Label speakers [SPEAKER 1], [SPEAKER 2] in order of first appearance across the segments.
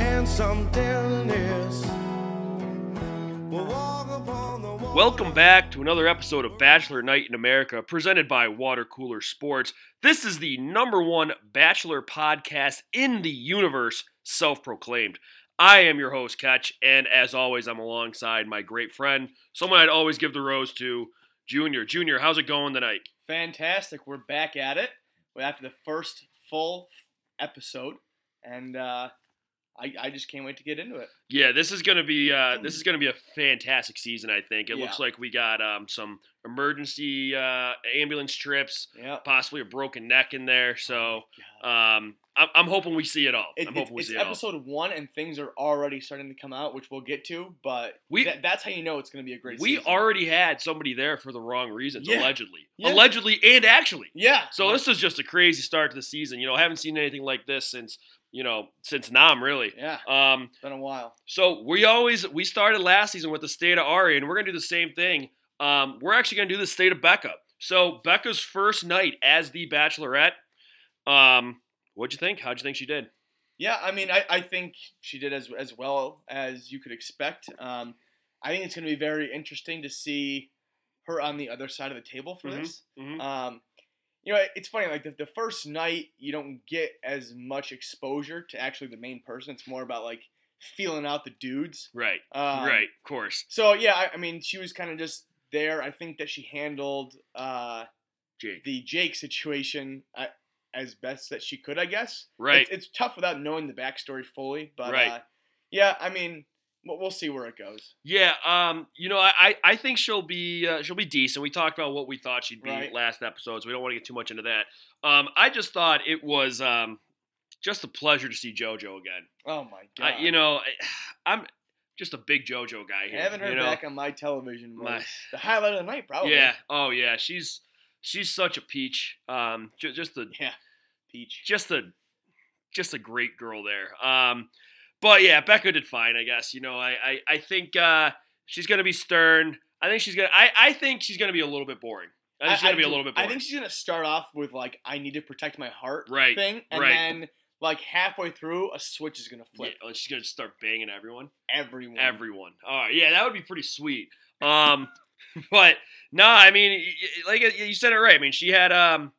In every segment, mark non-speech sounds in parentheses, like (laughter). [SPEAKER 1] I'm telling this. We'll walk upon the water.
[SPEAKER 2] Welcome back to another episode of Bachelor Night in America, presented by Water Cooler Sports. This is the number one Bachelor podcast in the universe, self proclaimed. I am your host, Ketch, and as always, I'm alongside my great friend, someone I'd always give the rose to, Junior. Junior, how's it going tonight?
[SPEAKER 3] Fantastic. We're back at it after the first full episode, and uh, I, I just can't wait to get into it.
[SPEAKER 2] Yeah, this is gonna be uh, this is gonna be a fantastic season. I think it looks like we got um, some emergency uh, ambulance trips,
[SPEAKER 3] Yeah.
[SPEAKER 2] possibly a broken neck in there. So um, I'm, I'm hoping we see it all.
[SPEAKER 3] It,
[SPEAKER 2] I'm
[SPEAKER 3] it's
[SPEAKER 2] hoping we
[SPEAKER 3] it's
[SPEAKER 2] see it all.
[SPEAKER 3] episode one, and things are already starting to come out, which we'll get to. But
[SPEAKER 2] We-
[SPEAKER 3] that, that's how you know it's going to be a great.
[SPEAKER 2] We
[SPEAKER 3] season.
[SPEAKER 2] already had somebody there for the wrong reasons,
[SPEAKER 3] Yeah.
[SPEAKER 2] allegedly,
[SPEAKER 3] Yeah.
[SPEAKER 2] allegedly and actually.
[SPEAKER 3] Yeah.
[SPEAKER 2] So this is just a crazy start to the season. You know, I haven't seen anything like this since you know since Nam really.
[SPEAKER 3] Yeah.
[SPEAKER 2] Um,
[SPEAKER 3] It's been a while.
[SPEAKER 2] So we always we started last season with the state of Ari, and we're gonna do the same thing. Um, we're actually gonna do the state of Becca. So Becca's first night as the Bachelorette. Um, what'd you think? How'd you think she did?
[SPEAKER 3] Yeah, I mean, I, I think she did as as well as you could expect. Um, I think it's going to be very interesting to see her on the other side of the table for
[SPEAKER 2] Mhm.
[SPEAKER 3] this.
[SPEAKER 2] Mhm.
[SPEAKER 3] (laughs) Um, you know, it's funny. Like the, the first night, you don't get as much exposure to actually the main person. It's more about like feeling out the dudes.
[SPEAKER 2] Right,
[SPEAKER 3] Um,
[SPEAKER 2] right, of course,
[SPEAKER 3] So yeah, I, I mean, she was kind of just there. I think that she handled uh,
[SPEAKER 2] Jake.
[SPEAKER 3] the Jake situation uh, as best that she could, I guess.
[SPEAKER 2] Right,
[SPEAKER 3] It's, it's tough without knowing the backstory fully, but
[SPEAKER 2] Right.
[SPEAKER 3] uh, yeah, I mean, we'll, we'll see where it goes.
[SPEAKER 2] yeah. Um, you know, I I- I think she'll be uh, she'll be decent. We talked about what we thought she'd be
[SPEAKER 3] Right.
[SPEAKER 2] last episode, so we don't want to get too much into that. Um, I just thought it was um, just a pleasure to see JoJo again.
[SPEAKER 3] Oh my
[SPEAKER 2] I-
[SPEAKER 3] god!
[SPEAKER 2] you know, I, (sighs) I'm just a big JoJo guy here.
[SPEAKER 3] having her
[SPEAKER 2] you know?
[SPEAKER 3] back on my television was
[SPEAKER 2] My-
[SPEAKER 3] the highlight of the night, probably.
[SPEAKER 2] Yeah. Oh yeah. She's she's such a peach. Um, ju- just the
[SPEAKER 3] yeah, Peach.
[SPEAKER 2] just a just a great girl there. Um, but yeah, Becca did fine, I guess. You know, I I, I think uh, she's gonna be stern. I think she's gonna. I, I think she's gonna be a little bit boring. I think she's gonna be a
[SPEAKER 3] do-
[SPEAKER 2] little bit
[SPEAKER 3] I
[SPEAKER 2] boring.
[SPEAKER 3] think she's gonna start off with like I need to protect my heart
[SPEAKER 2] Right,
[SPEAKER 3] thing, and
[SPEAKER 2] right.
[SPEAKER 3] then like halfway through, a switch is gonna
[SPEAKER 2] yeah,
[SPEAKER 3] flip.
[SPEAKER 2] oh, she's gonna just start banging everyone.
[SPEAKER 3] Everyone,
[SPEAKER 2] Everyone. All right. Yeah, that would be pretty sweet. Um, (laughs) but no, I mean, y- y- like uh, you said it right. I mean, she had um,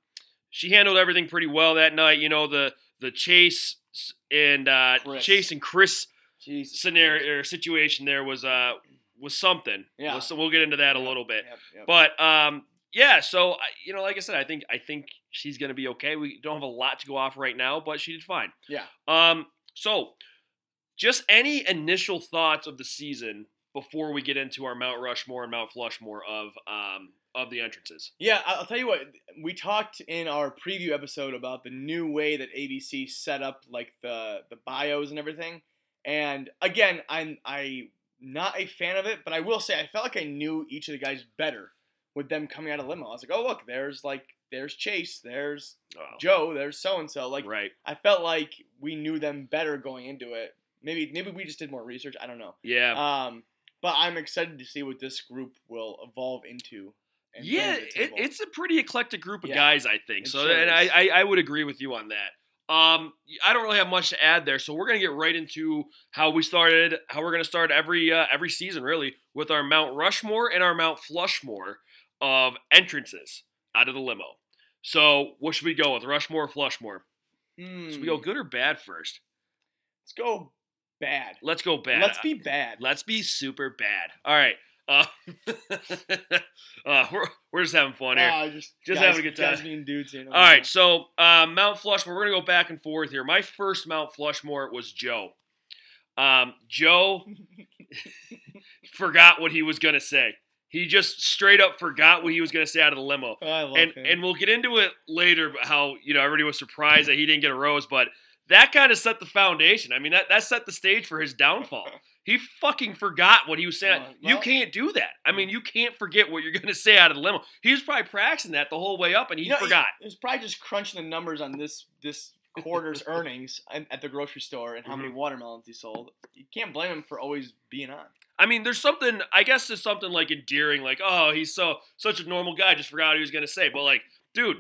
[SPEAKER 2] she handled everything pretty well that night. You know, the the chase s- and uh,
[SPEAKER 3] Chris.
[SPEAKER 2] chase and Chris
[SPEAKER 3] Jesus Christ.
[SPEAKER 2] scenario or situation there was uh was something.
[SPEAKER 3] Yeah.
[SPEAKER 2] We'll- So we'll get into that a little bit.
[SPEAKER 3] Yep, yep.
[SPEAKER 2] But um, yeah. So I- you know, like I said, I think I think she's gonna be okay. We don't have a lot to go off right now, but she did fine.
[SPEAKER 3] Yeah.
[SPEAKER 2] Um. So, just any initial thoughts of the season before we get into our Mount Rushmore and Mount Flushmore of um of the entrances.
[SPEAKER 3] yeah, I- I'll tell you what. We talked in our preview episode about the new way that ABC set up like the the bios and everything. And again, I'm I not a fan of it, but I will say I felt like I knew each of the guys better with them coming out of limo. I was like, oh look, there's like there's Chase, there's
[SPEAKER 2] Oh,
[SPEAKER 3] Joe, there's so and so. Like
[SPEAKER 2] right.
[SPEAKER 3] I felt like we knew them better going into it. Maybe maybe we just did more research. I don't know.
[SPEAKER 2] Yeah.
[SPEAKER 3] Um, but I'm excited to see what this group will evolve into. and bring
[SPEAKER 2] yeah.
[SPEAKER 3] to the
[SPEAKER 2] It,
[SPEAKER 3] table.
[SPEAKER 2] it's a pretty eclectic group of
[SPEAKER 3] Yeah.
[SPEAKER 2] guys, I think.
[SPEAKER 3] It
[SPEAKER 2] so,
[SPEAKER 3] sure
[SPEAKER 2] and I,
[SPEAKER 3] is.
[SPEAKER 2] I I would agree with you on that. Um, I don't really have much to add there, so we're gonna get right into how we started, how we're gonna start every uh, every season, really, with our Mount Rushmore and our Mount Flushmore of entrances out of the limo. So, what should we go with, Rushmore or Flushmore?
[SPEAKER 3] Hmm.
[SPEAKER 2] Should we go good or bad first?
[SPEAKER 3] Let's go bad.
[SPEAKER 2] Let's go bad. Uh,
[SPEAKER 3] Let's be bad.
[SPEAKER 2] Let's be super bad. All right. Uh, (laughs) uh, we're, we're just having fun here.
[SPEAKER 3] Ah, just
[SPEAKER 2] Just
[SPEAKER 3] guys-
[SPEAKER 2] having a good
[SPEAKER 3] guys
[SPEAKER 2] time.
[SPEAKER 3] being dudes. You know,
[SPEAKER 2] All right, so uh, Mount Flushmore. We're gonna go back and forth here. My first Mount Flushmore was Joe. Um, Joe
[SPEAKER 3] (laughs)
[SPEAKER 2] forgot what he was gonna say. He just straight up forgot what he was gonna say out of the limo,
[SPEAKER 3] Oh, I love
[SPEAKER 2] and
[SPEAKER 3] him.
[SPEAKER 2] and we'll get into it later. But how you know everybody was surprised that he didn't get a rose, but that kind of set the foundation. I mean, that that set the stage for his
[SPEAKER 3] (laughs)
[SPEAKER 2] downfall. He fucking forgot what he was saying.
[SPEAKER 3] Uh,
[SPEAKER 2] you
[SPEAKER 3] well- mm.
[SPEAKER 2] can't do that. I mean, you can't forget what you're gonna say out of the limo. He was probably practicing that the whole way up, and he
[SPEAKER 3] You know,
[SPEAKER 2] forgot.
[SPEAKER 3] It was probably just crunching the numbers on this this
[SPEAKER 2] (laughs)
[SPEAKER 3] quarter's earnings and- at the grocery store and how
[SPEAKER 2] Mm-hmm.
[SPEAKER 3] many watermelons he sold. You can't blame him for always being on.
[SPEAKER 2] I mean, there's something. I guess there's something like endearing, like oh, he's so such a normal guy. Just forgot what he was gonna say. But like, dude,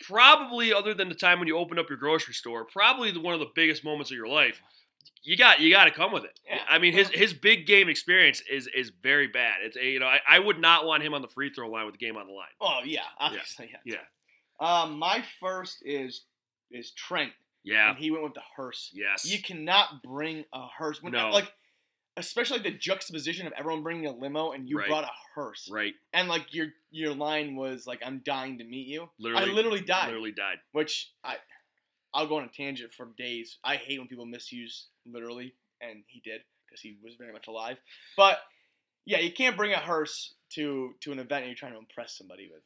[SPEAKER 2] probably other than the time when you opened up your grocery store, probably the, one of the biggest moments of your life. you got you got to come with it.
[SPEAKER 3] Yeah.
[SPEAKER 2] I mean, his his big game experience is is very bad. It's you know I, I would not want him on the free throw line with the game on the line.
[SPEAKER 3] Oh yeah, obviously. Yeah.
[SPEAKER 2] Yeah.
[SPEAKER 3] Um, my first is is Trent,
[SPEAKER 2] Yeah.
[SPEAKER 3] and he went with the hearse.
[SPEAKER 2] Yes.
[SPEAKER 3] You cannot bring a hearse. When,
[SPEAKER 2] No.
[SPEAKER 3] Like, especially the juxtaposition of everyone bringing a limo and you
[SPEAKER 2] Right.
[SPEAKER 3] brought a hearse,
[SPEAKER 2] right.
[SPEAKER 3] and like your your line was like, "I'm dying to meet you."
[SPEAKER 2] Literally.
[SPEAKER 3] I literally died.
[SPEAKER 2] Literally died.
[SPEAKER 3] Which I, I'll go on a tangent for days. I hate when people misuse literally, and he did because he was very much alive. But yeah, you can't bring a hearse to to an event you're trying to impress somebody with.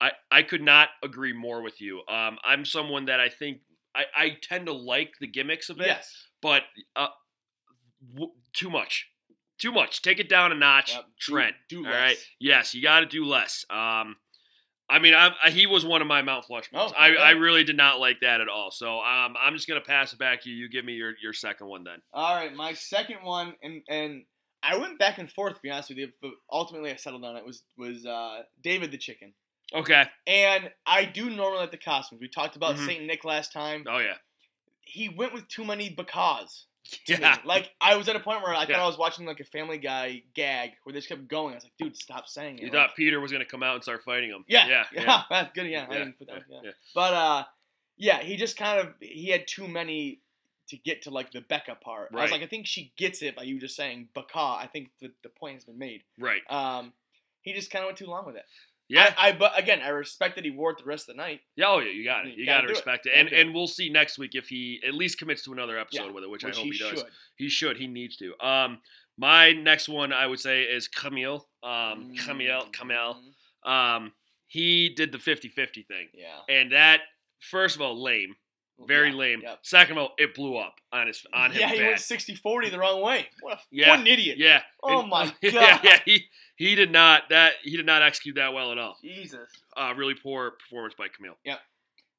[SPEAKER 2] I, I could not agree more with you. Um, I'm someone that I think I, I tend to like the gimmicks a bit,
[SPEAKER 3] Yes.
[SPEAKER 2] but uh, w- too much. Too much. Take it down a notch,
[SPEAKER 3] Yep. Do-
[SPEAKER 2] Trent.
[SPEAKER 3] do
[SPEAKER 2] All right.
[SPEAKER 3] less.
[SPEAKER 2] Yes, you got to do less. Um, I mean, I, I, he was one of my Mount Flush.
[SPEAKER 3] Oh,
[SPEAKER 2] I,
[SPEAKER 3] okay.
[SPEAKER 2] I really did not like that at all. So um, I'm just gonna pass it back to you. You give me your, your second one then.
[SPEAKER 3] All right, my second one, and and I went back and forth to be honest with you, but ultimately I settled on it was was uh, David the Chicken,
[SPEAKER 2] Okay.
[SPEAKER 3] and I do normally like the costumes. We talked about
[SPEAKER 2] Mhm.
[SPEAKER 3] Saint Nick last time.
[SPEAKER 2] Oh yeah.
[SPEAKER 3] He went with too many because. to me.
[SPEAKER 2] Yeah.
[SPEAKER 3] Like I was at a point where I thought
[SPEAKER 2] Yeah.
[SPEAKER 3] I was watching like a Family Guy gag where they just kept going. I was like, dude, stop saying it.
[SPEAKER 2] (laughs) You
[SPEAKER 3] Like,
[SPEAKER 2] thought Peter was gonna come out and start fighting him.
[SPEAKER 3] yeah, (laughs)
[SPEAKER 2] Yeah.
[SPEAKER 3] yeah, that's good. Yeah, I
[SPEAKER 2] Yeah,
[SPEAKER 3] didn't put that.
[SPEAKER 2] yeah,
[SPEAKER 3] yeah.
[SPEAKER 2] yeah.
[SPEAKER 3] But uh, yeah, he just kind of he had too many to get to like the Becca part. I was
[SPEAKER 2] Right.
[SPEAKER 3] like, I think she gets it by you just saying Becca. I think the, the point has been made.
[SPEAKER 2] Right.
[SPEAKER 3] Um, he just kind of went too long with it.
[SPEAKER 2] Yeah.
[SPEAKER 3] I, I but again, I respect that he wore it the rest of the night.
[SPEAKER 2] Yeah, oh yeah, you got it.
[SPEAKER 3] You
[SPEAKER 2] You got
[SPEAKER 3] gotta
[SPEAKER 2] to
[SPEAKER 3] do it.
[SPEAKER 2] respect it,
[SPEAKER 3] Gotta
[SPEAKER 2] and
[SPEAKER 3] do it.
[SPEAKER 2] and we'll see next week if he at least commits to another episode
[SPEAKER 3] Yeah,
[SPEAKER 2] with it, which,
[SPEAKER 3] which
[SPEAKER 2] I hope
[SPEAKER 3] he,
[SPEAKER 2] he, does.
[SPEAKER 3] should.
[SPEAKER 2] He should. He needs to. Um, my next one I would say is Camille. Um,
[SPEAKER 3] Mm-hmm.
[SPEAKER 2] Camille, Camille.
[SPEAKER 3] Mm,
[SPEAKER 2] Um, he did the 50-50 thing,
[SPEAKER 3] Yeah.
[SPEAKER 2] and that first of all lame, very
[SPEAKER 3] Yeah,
[SPEAKER 2] lame.
[SPEAKER 3] Yep.
[SPEAKER 2] Second of all, it blew up on his on him.
[SPEAKER 3] yeah, he
[SPEAKER 2] bad.
[SPEAKER 3] went 60-40 the wrong way. What a
[SPEAKER 2] Yeah.
[SPEAKER 3] what an idiot.
[SPEAKER 2] Yeah.
[SPEAKER 3] Oh
[SPEAKER 2] And-
[SPEAKER 3] my
[SPEAKER 2] (laughs) Yeah,
[SPEAKER 3] God.
[SPEAKER 2] yeah. He he did not that he did not execute that well at all.
[SPEAKER 3] Jesus.
[SPEAKER 2] Uh, really poor performance by Camille.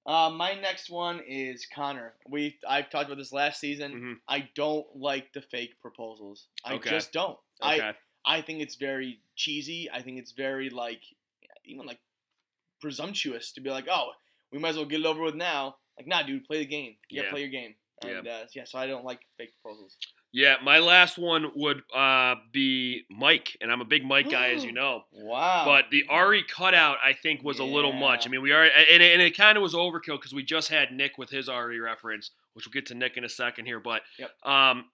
[SPEAKER 3] Uh, my next one is Connor. We I've talked about this last season.
[SPEAKER 2] Mhm.
[SPEAKER 3] I don't like the fake proposals. I
[SPEAKER 2] Okay.
[SPEAKER 3] just don't.
[SPEAKER 2] Okay.
[SPEAKER 3] I I think it's very cheesy. I think it's very like even like presumptuous to be like, oh, we might as well get it over with now. Like, nah, dude, play the game. Yeah,
[SPEAKER 2] Yeah.
[SPEAKER 3] play your game. And uh, yeah, so I don't like fake proposals.
[SPEAKER 2] Yeah, my last one would uh, be Mike, and I'm a big Mike guy,
[SPEAKER 3] (gasps)
[SPEAKER 2] as you know.
[SPEAKER 3] Wow.
[SPEAKER 2] But the Ari cutout, I think, was a little much. I
[SPEAKER 3] Yeah.
[SPEAKER 2] mean, we are, and it, and it kind of was overkill because we just had Nick with his Ari reference, which we'll get to Nick in a second here. But
[SPEAKER 3] Yep.
[SPEAKER 2] um,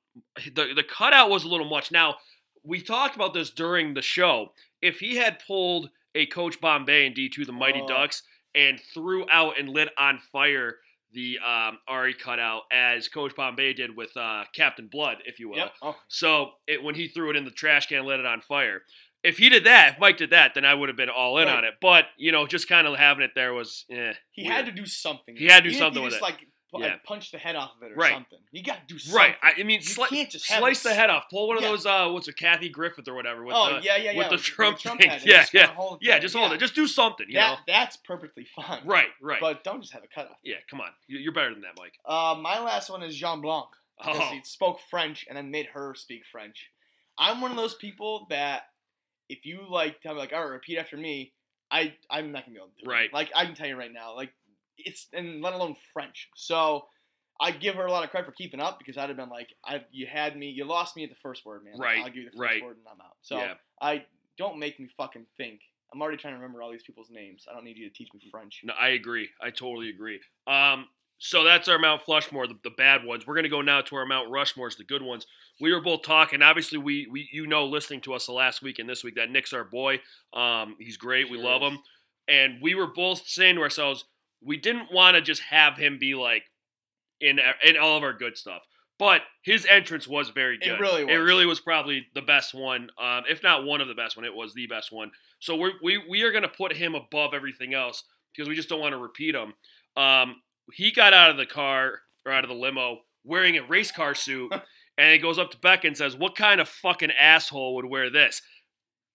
[SPEAKER 2] the the cutout was a little much. Now we talked about this during the show. If he had pulled a Coach Bombay and D2 the Mighty
[SPEAKER 3] Oh.
[SPEAKER 2] Ducks and threw out and lit on fire the um, Ari cutout as Coach Bombay did with uh, Captain Blood, if you will.
[SPEAKER 3] yep. Oh,
[SPEAKER 2] So it, when he threw it in the trash can, lit it on fire. If he did that, if Mike did that, then I would have been all in
[SPEAKER 3] Right.
[SPEAKER 2] on it. But you know, just kind of having it there was, eh,
[SPEAKER 3] he
[SPEAKER 2] weird.
[SPEAKER 3] had to do something.
[SPEAKER 2] He had to do
[SPEAKER 3] Even if
[SPEAKER 2] something
[SPEAKER 3] you
[SPEAKER 2] with
[SPEAKER 3] just,
[SPEAKER 2] it.
[SPEAKER 3] Like, pu-
[SPEAKER 2] Yeah.
[SPEAKER 3] punch the head off of it or
[SPEAKER 2] Right.
[SPEAKER 3] something. You gotta do something.
[SPEAKER 2] right. I, I mean,
[SPEAKER 3] You
[SPEAKER 2] sli-
[SPEAKER 3] can't just have
[SPEAKER 2] slice
[SPEAKER 3] it
[SPEAKER 2] the
[SPEAKER 3] s-
[SPEAKER 2] head off. Pull one of
[SPEAKER 3] Yeah.
[SPEAKER 2] those. Uh, what's it, Kathy Griffith or whatever? With
[SPEAKER 3] oh
[SPEAKER 2] the,
[SPEAKER 3] yeah, yeah, yeah.
[SPEAKER 2] with the Trump thing. (laughs)
[SPEAKER 3] head.
[SPEAKER 2] Yeah,
[SPEAKER 3] Just kinda hold it
[SPEAKER 2] yeah,
[SPEAKER 3] there.
[SPEAKER 2] just hold it. Just do something. You
[SPEAKER 3] that that's perfectly fine.
[SPEAKER 2] know. Right. Right.
[SPEAKER 3] But don't just have a cutoff.
[SPEAKER 2] yeah. Come on. You- You're better than that, Mike.
[SPEAKER 3] Uh, my last one is Jean Blanc because
[SPEAKER 2] Oh.
[SPEAKER 3] he spoke French and then made her speak French. I'm one of those people that if you like tell me like, all right, repeat after me, I I'm not gonna be able to do it.
[SPEAKER 2] Right.
[SPEAKER 3] Like I can tell you right now, like it's and let alone French. So I give her a lot of credit for keeping up because I'd have been like, I you had me, you lost me at the first word, man. Like,
[SPEAKER 2] Right,
[SPEAKER 3] I'll give you the first
[SPEAKER 2] right.
[SPEAKER 3] word and I'm out. So
[SPEAKER 2] yeah.
[SPEAKER 3] I don't make me fucking think. I'm already trying to remember all these people's names. I don't need you to teach me French.
[SPEAKER 2] No, I agree. I totally agree. Um, so that's our Mount Flushmore, the, the bad ones. We're gonna go now to our Mount Rushmores, the good ones. We were both talking. Obviously, we, we you know, listening to us the last week and this week that Nick's our boy. Um, he's great. we
[SPEAKER 3] Sure
[SPEAKER 2] love
[SPEAKER 3] is.
[SPEAKER 2] him. And we were both saying to ourselves, we didn't want to just have him be like in e-, in all of our good stuff. But his entrance was very
[SPEAKER 3] It
[SPEAKER 2] good.
[SPEAKER 3] really was.
[SPEAKER 2] It really was probably the best one, um, if not one of the best one. It was the best one. So we're, we we are going to put him above everything else because we just don't want to repeat him. Um, he got out of the car or out of the limo wearing a race car
[SPEAKER 3] (laughs)
[SPEAKER 2] suit, and he goes up to Becca and says, "What kind of fucking asshole would wear this?"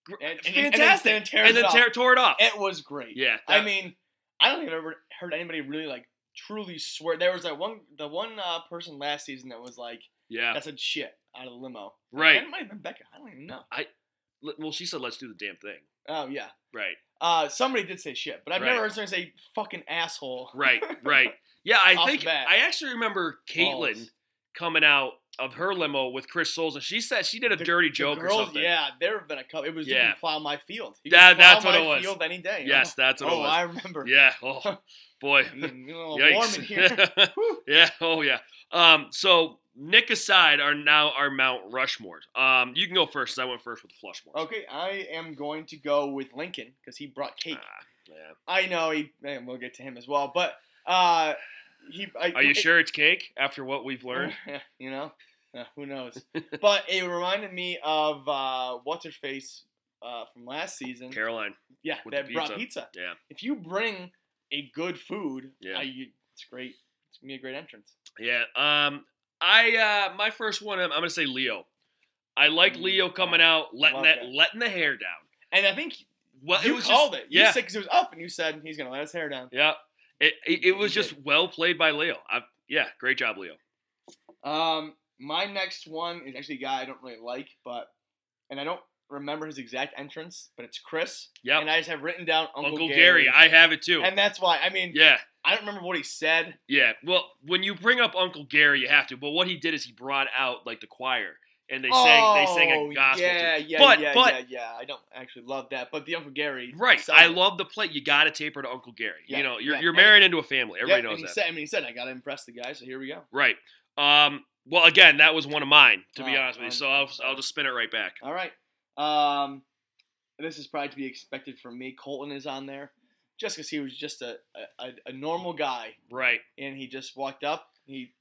[SPEAKER 2] Gr-
[SPEAKER 3] And- and- and then-
[SPEAKER 2] Fantastic.
[SPEAKER 3] then tears it
[SPEAKER 2] and then
[SPEAKER 3] off.
[SPEAKER 2] tear- tore it off.
[SPEAKER 3] It was great.
[SPEAKER 2] yeah,
[SPEAKER 3] I
[SPEAKER 2] that-
[SPEAKER 3] mean, I don't think I've ever heard anybody really like truly swear. There was that one, the one uh, person last season that was like,
[SPEAKER 2] yeah,
[SPEAKER 3] "That said shit out of the limo."
[SPEAKER 2] right.
[SPEAKER 3] That might have been Becca. I don't even know.
[SPEAKER 2] L- Well, she said, "Let's do the damn thing."
[SPEAKER 3] Oh yeah. (laughs)
[SPEAKER 2] Right,
[SPEAKER 3] Uh, somebody did say shit, but I've
[SPEAKER 2] Right.
[SPEAKER 3] never heard someone say fucking asshole.
[SPEAKER 2] right, right. Yeah, I
[SPEAKER 3] Off the
[SPEAKER 2] think
[SPEAKER 3] bat.
[SPEAKER 2] I actually remember Caitlin.
[SPEAKER 3] Balls.
[SPEAKER 2] coming out of her limo with Chris Souls, and she said she did a
[SPEAKER 3] The-
[SPEAKER 2] dirty
[SPEAKER 3] the
[SPEAKER 2] joke
[SPEAKER 3] girls,
[SPEAKER 2] or something.
[SPEAKER 3] Yeah, there have been a couple. It was you
[SPEAKER 2] Yeah.
[SPEAKER 3] can plow my field. You
[SPEAKER 2] That-
[SPEAKER 3] can plow
[SPEAKER 2] that's what
[SPEAKER 3] my
[SPEAKER 2] it was.
[SPEAKER 3] Field any day. you
[SPEAKER 2] Yes, that's
[SPEAKER 3] know?
[SPEAKER 2] what
[SPEAKER 3] Oh,
[SPEAKER 2] it was.
[SPEAKER 3] I remember. (laughs)
[SPEAKER 2] Yeah. Oh boy.
[SPEAKER 3] I mean, you know, warm
[SPEAKER 2] (laughs)
[SPEAKER 3] in here.
[SPEAKER 2] Yikes.
[SPEAKER 3] Whew.
[SPEAKER 2] yeah. Oh yeah. Um. So Nick aside are now our Mount Rushmore. Um. You can go first. 'cause I went first with Flushmore.
[SPEAKER 3] Okay, I am going to go with Lincoln because he brought cake.
[SPEAKER 2] Ah. yeah.
[SPEAKER 3] I know he. Man, we'll get to him as well, but uh, he. I,
[SPEAKER 2] Are you
[SPEAKER 3] (laughs) it-
[SPEAKER 2] sure it's cake after what we've learned?
[SPEAKER 3] you know, Uh, who knows? but it reminded me of uh, what's her face uh, from last season.
[SPEAKER 2] Caroline.
[SPEAKER 3] Yeah,
[SPEAKER 2] With
[SPEAKER 3] that
[SPEAKER 2] the
[SPEAKER 3] brought
[SPEAKER 2] pizza.
[SPEAKER 3] pizza.
[SPEAKER 2] Yeah.
[SPEAKER 3] If you bring a good food,
[SPEAKER 2] Yeah.
[SPEAKER 3] I, you, it's great. It's gonna be a great entrance.
[SPEAKER 2] Yeah. Um. I uh my first one I'm, I'm gonna say Leo. I like
[SPEAKER 3] Mm,
[SPEAKER 2] Leo coming out, letting
[SPEAKER 3] love
[SPEAKER 2] that,
[SPEAKER 3] that.
[SPEAKER 2] letting the hair down.
[SPEAKER 3] And I think
[SPEAKER 2] Well,
[SPEAKER 3] you
[SPEAKER 2] it was
[SPEAKER 3] called
[SPEAKER 2] just,
[SPEAKER 3] it. You
[SPEAKER 2] Yeah.
[SPEAKER 3] said because it was up, and you said he's gonna let his hair down.
[SPEAKER 2] yeah. It, it, it was
[SPEAKER 3] He
[SPEAKER 2] just well played by Leo. I, yeah, great job, Leo.
[SPEAKER 3] Um, my next one is actually a guy I don't really like, but and I don't remember his exact entrance, but it's Chris.
[SPEAKER 2] Yep.
[SPEAKER 3] And I just have written down Uncle,
[SPEAKER 2] Uncle, Gary. I have it too.
[SPEAKER 3] and that's why. I mean,
[SPEAKER 2] yeah.
[SPEAKER 3] I don't remember what he said.
[SPEAKER 2] Yeah, well, when you bring up Uncle Gary, you have to. But what he did is he brought out like the choir, and they sang they sang
[SPEAKER 3] Oh,
[SPEAKER 2] a gospel.
[SPEAKER 3] Yeah,
[SPEAKER 2] tune.
[SPEAKER 3] yeah,
[SPEAKER 2] But-
[SPEAKER 3] yeah,
[SPEAKER 2] but-
[SPEAKER 3] yeah, yeah. I don't actually love that, but the Uncle Gary.
[SPEAKER 2] Right,
[SPEAKER 3] song-
[SPEAKER 2] I love the play. You got to taper to Uncle Gary.
[SPEAKER 3] Yeah,
[SPEAKER 2] you know, you're
[SPEAKER 3] yeah.
[SPEAKER 2] you're
[SPEAKER 3] And-
[SPEAKER 2] married into a family.
[SPEAKER 3] Yep,
[SPEAKER 2] Everybody
[SPEAKER 3] and
[SPEAKER 2] knows
[SPEAKER 3] he
[SPEAKER 2] that.
[SPEAKER 3] Said, I mean, he said I gotta impress the guy, so here we go.
[SPEAKER 2] right. Um. Well, again, that was one of mine, to be
[SPEAKER 3] Oh,
[SPEAKER 2] honest with you.
[SPEAKER 3] I'm-
[SPEAKER 2] So I'll I'll just spin it right back.
[SPEAKER 3] All right. Um, this is probably to be expected from me. Colton is on there, just because he was just a, a a normal guy,
[SPEAKER 2] Right.
[SPEAKER 3] and he just walked up. He,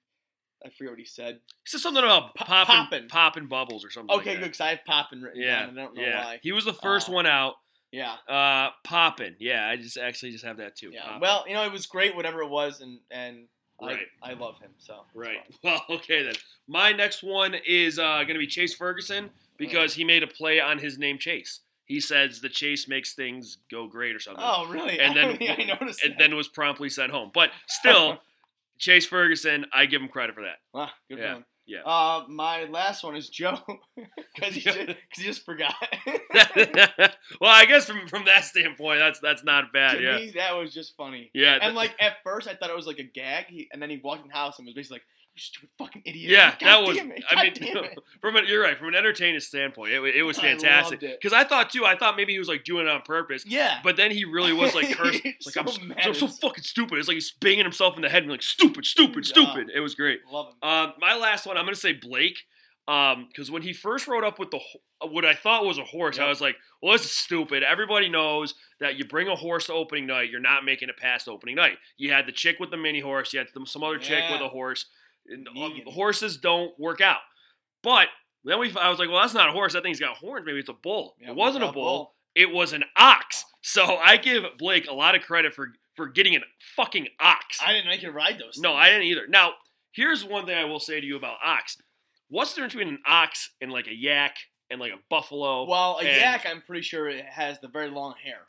[SPEAKER 3] I forget what he said.
[SPEAKER 2] He said something about
[SPEAKER 3] Pop-
[SPEAKER 2] popping
[SPEAKER 3] poppin'.
[SPEAKER 2] poppin' bubbles or something.
[SPEAKER 3] Okay,
[SPEAKER 2] like
[SPEAKER 3] good.
[SPEAKER 2] that.
[SPEAKER 3] Because I have popping written
[SPEAKER 2] Oh, Yeah,
[SPEAKER 3] down. and I don't know
[SPEAKER 2] yeah.
[SPEAKER 3] why.
[SPEAKER 2] He was the first
[SPEAKER 3] Uh,
[SPEAKER 2] one out.
[SPEAKER 3] Yeah.
[SPEAKER 2] Uh, poppin'. Yeah, I just actually just have that too.
[SPEAKER 3] Yeah.
[SPEAKER 2] Poppin'.
[SPEAKER 3] Well, you know, it was great, whatever it was, and and
[SPEAKER 2] Right.
[SPEAKER 3] I, I love him so. it's
[SPEAKER 2] Right.
[SPEAKER 3] fine.
[SPEAKER 2] (laughs) Well, okay then. My next one is uh, going to be Chase Ferguson because he made a play on his name Chase. He says the chase makes things go great or something,
[SPEAKER 3] Oh, really?
[SPEAKER 2] And
[SPEAKER 3] (laughs) I
[SPEAKER 2] then-
[SPEAKER 3] don't think I noticed.
[SPEAKER 2] and
[SPEAKER 3] that.
[SPEAKER 2] then was promptly sent home. But
[SPEAKER 3] (laughs)
[SPEAKER 2] still, Chase Ferguson, I give him credit for that.
[SPEAKER 3] Wow, good
[SPEAKER 2] Yeah,
[SPEAKER 3] for him.
[SPEAKER 2] yeah.
[SPEAKER 3] Uh, my last one is Joe (laughs) because he, just- 'cause he just forgot. (laughs)
[SPEAKER 2] (laughs) well, I guess from from that standpoint, that's that's not bad.
[SPEAKER 3] to
[SPEAKER 2] yeah,
[SPEAKER 3] me, that was just funny.
[SPEAKER 2] yeah, th-
[SPEAKER 3] And like at first, I thought it was like a gag, he, and then he walked in the house and was basically like, "You stupid fucking idiot!"
[SPEAKER 2] yeah.
[SPEAKER 3] (laughs) God
[SPEAKER 2] that was.
[SPEAKER 3] damn it,
[SPEAKER 2] (laughs) I
[SPEAKER 3] (laughs) God
[SPEAKER 2] mean, (laughs)
[SPEAKER 3] damn it.
[SPEAKER 2] from an, you're right. From an entertainment standpoint, it, wa- it was
[SPEAKER 3] I
[SPEAKER 2] fantastic.
[SPEAKER 3] loved it.
[SPEAKER 2] Because I thought too. I thought maybe he was like doing it on purpose.
[SPEAKER 3] yeah.
[SPEAKER 2] But then he really was
[SPEAKER 3] (laughs)
[SPEAKER 2] like cursed. Like
[SPEAKER 3] So
[SPEAKER 2] I'm, s-
[SPEAKER 3] mad
[SPEAKER 2] I'm
[SPEAKER 3] at
[SPEAKER 2] so
[SPEAKER 3] himself.
[SPEAKER 2] fucking stupid. It's like he's banging himself in the head and like stupid, stupid,
[SPEAKER 3] Yeah.
[SPEAKER 2] stupid. It was great.
[SPEAKER 3] Love him.
[SPEAKER 2] Um, my last one, I'm gonna say Blake, um, because when he first rode up with the ho- what I thought was a horse, I
[SPEAKER 3] Yep.
[SPEAKER 2] was like, well, this is stupid. Everybody knows that you bring a horse to opening night, you're not making it past opening night. You had the chick with the mini horse, you had some- some other chick with
[SPEAKER 3] Yeah.
[SPEAKER 2] a horse. And, um,
[SPEAKER 3] Negan.
[SPEAKER 2] horses don't work out, but. Then we, I was like, well, that's not a horse. That thing's got horns. Maybe it's a bull.
[SPEAKER 3] Yeah,
[SPEAKER 2] it wasn't a
[SPEAKER 3] without
[SPEAKER 2] bull it was an ox. So I give Blake a lot of credit for for getting an fucking ox.
[SPEAKER 3] I didn't know he could ride those.
[SPEAKER 2] no, I
[SPEAKER 3] things.
[SPEAKER 2] didn't either. Now, here's one thing I will say to you about ox. What's the difference between an ox and like a yak and like a buffalo?
[SPEAKER 3] Well, a
[SPEAKER 2] and-
[SPEAKER 3] yak, I'm pretty sure it has the very long hair,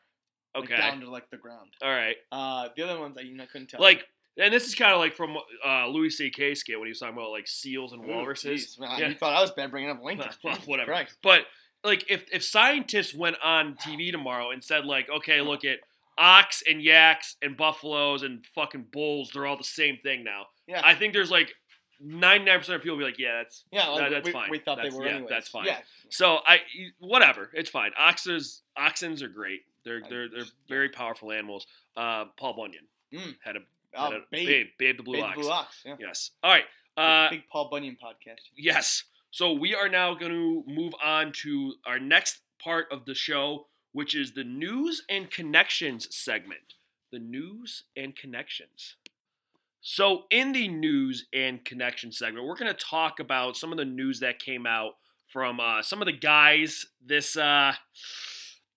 [SPEAKER 3] like,
[SPEAKER 2] okay,
[SPEAKER 3] down to like the ground.
[SPEAKER 2] all right.
[SPEAKER 3] Uh, the other ones I, you know, I couldn't tell.
[SPEAKER 2] Like, and this is kind of like from uh, Louis C.K. skit when he was talking about like seals and
[SPEAKER 3] Ooh,
[SPEAKER 2] walruses.
[SPEAKER 3] jeez, man,
[SPEAKER 2] Yeah.
[SPEAKER 3] You thought I was bad bringing
[SPEAKER 2] (laughs)
[SPEAKER 3] up Lincoln.
[SPEAKER 2] Well,
[SPEAKER 3] Jesus
[SPEAKER 2] whatever.
[SPEAKER 3] Christ.
[SPEAKER 2] But like, if if scientists went on TV tomorrow and said like, okay, look at ox and yaks and buffaloes and fucking bulls, they're all the same thing now.
[SPEAKER 3] Yeah.
[SPEAKER 2] I think there's like 99% of people be like, yeah, that's
[SPEAKER 3] yeah, like,
[SPEAKER 2] that- that's
[SPEAKER 3] we,
[SPEAKER 2] fine.
[SPEAKER 3] we thought
[SPEAKER 2] That's-
[SPEAKER 3] they were
[SPEAKER 2] yeah,
[SPEAKER 3] anyways.
[SPEAKER 2] that's fine.
[SPEAKER 3] Yeah.
[SPEAKER 2] so I whatever, it's fine. Oxes, oxens are great. They're they're they're very powerful animals. Uh, Paul Bunyan
[SPEAKER 3] Mm.
[SPEAKER 2] had a,
[SPEAKER 3] Uh,
[SPEAKER 2] had a
[SPEAKER 3] babe,
[SPEAKER 2] babe, babe, the blue
[SPEAKER 3] Babe
[SPEAKER 2] ox.
[SPEAKER 3] Blue Ox. Yeah.
[SPEAKER 2] Yes. All right. Uh,
[SPEAKER 3] Big Paul Bunyan podcast.
[SPEAKER 2] Yes. So we are now going to move on to our next part of the show, which is the news and connections segment. The news and connections. So, in the news and connection segment, we're going to talk about some of the news that came out from uh, some of the guys this uh,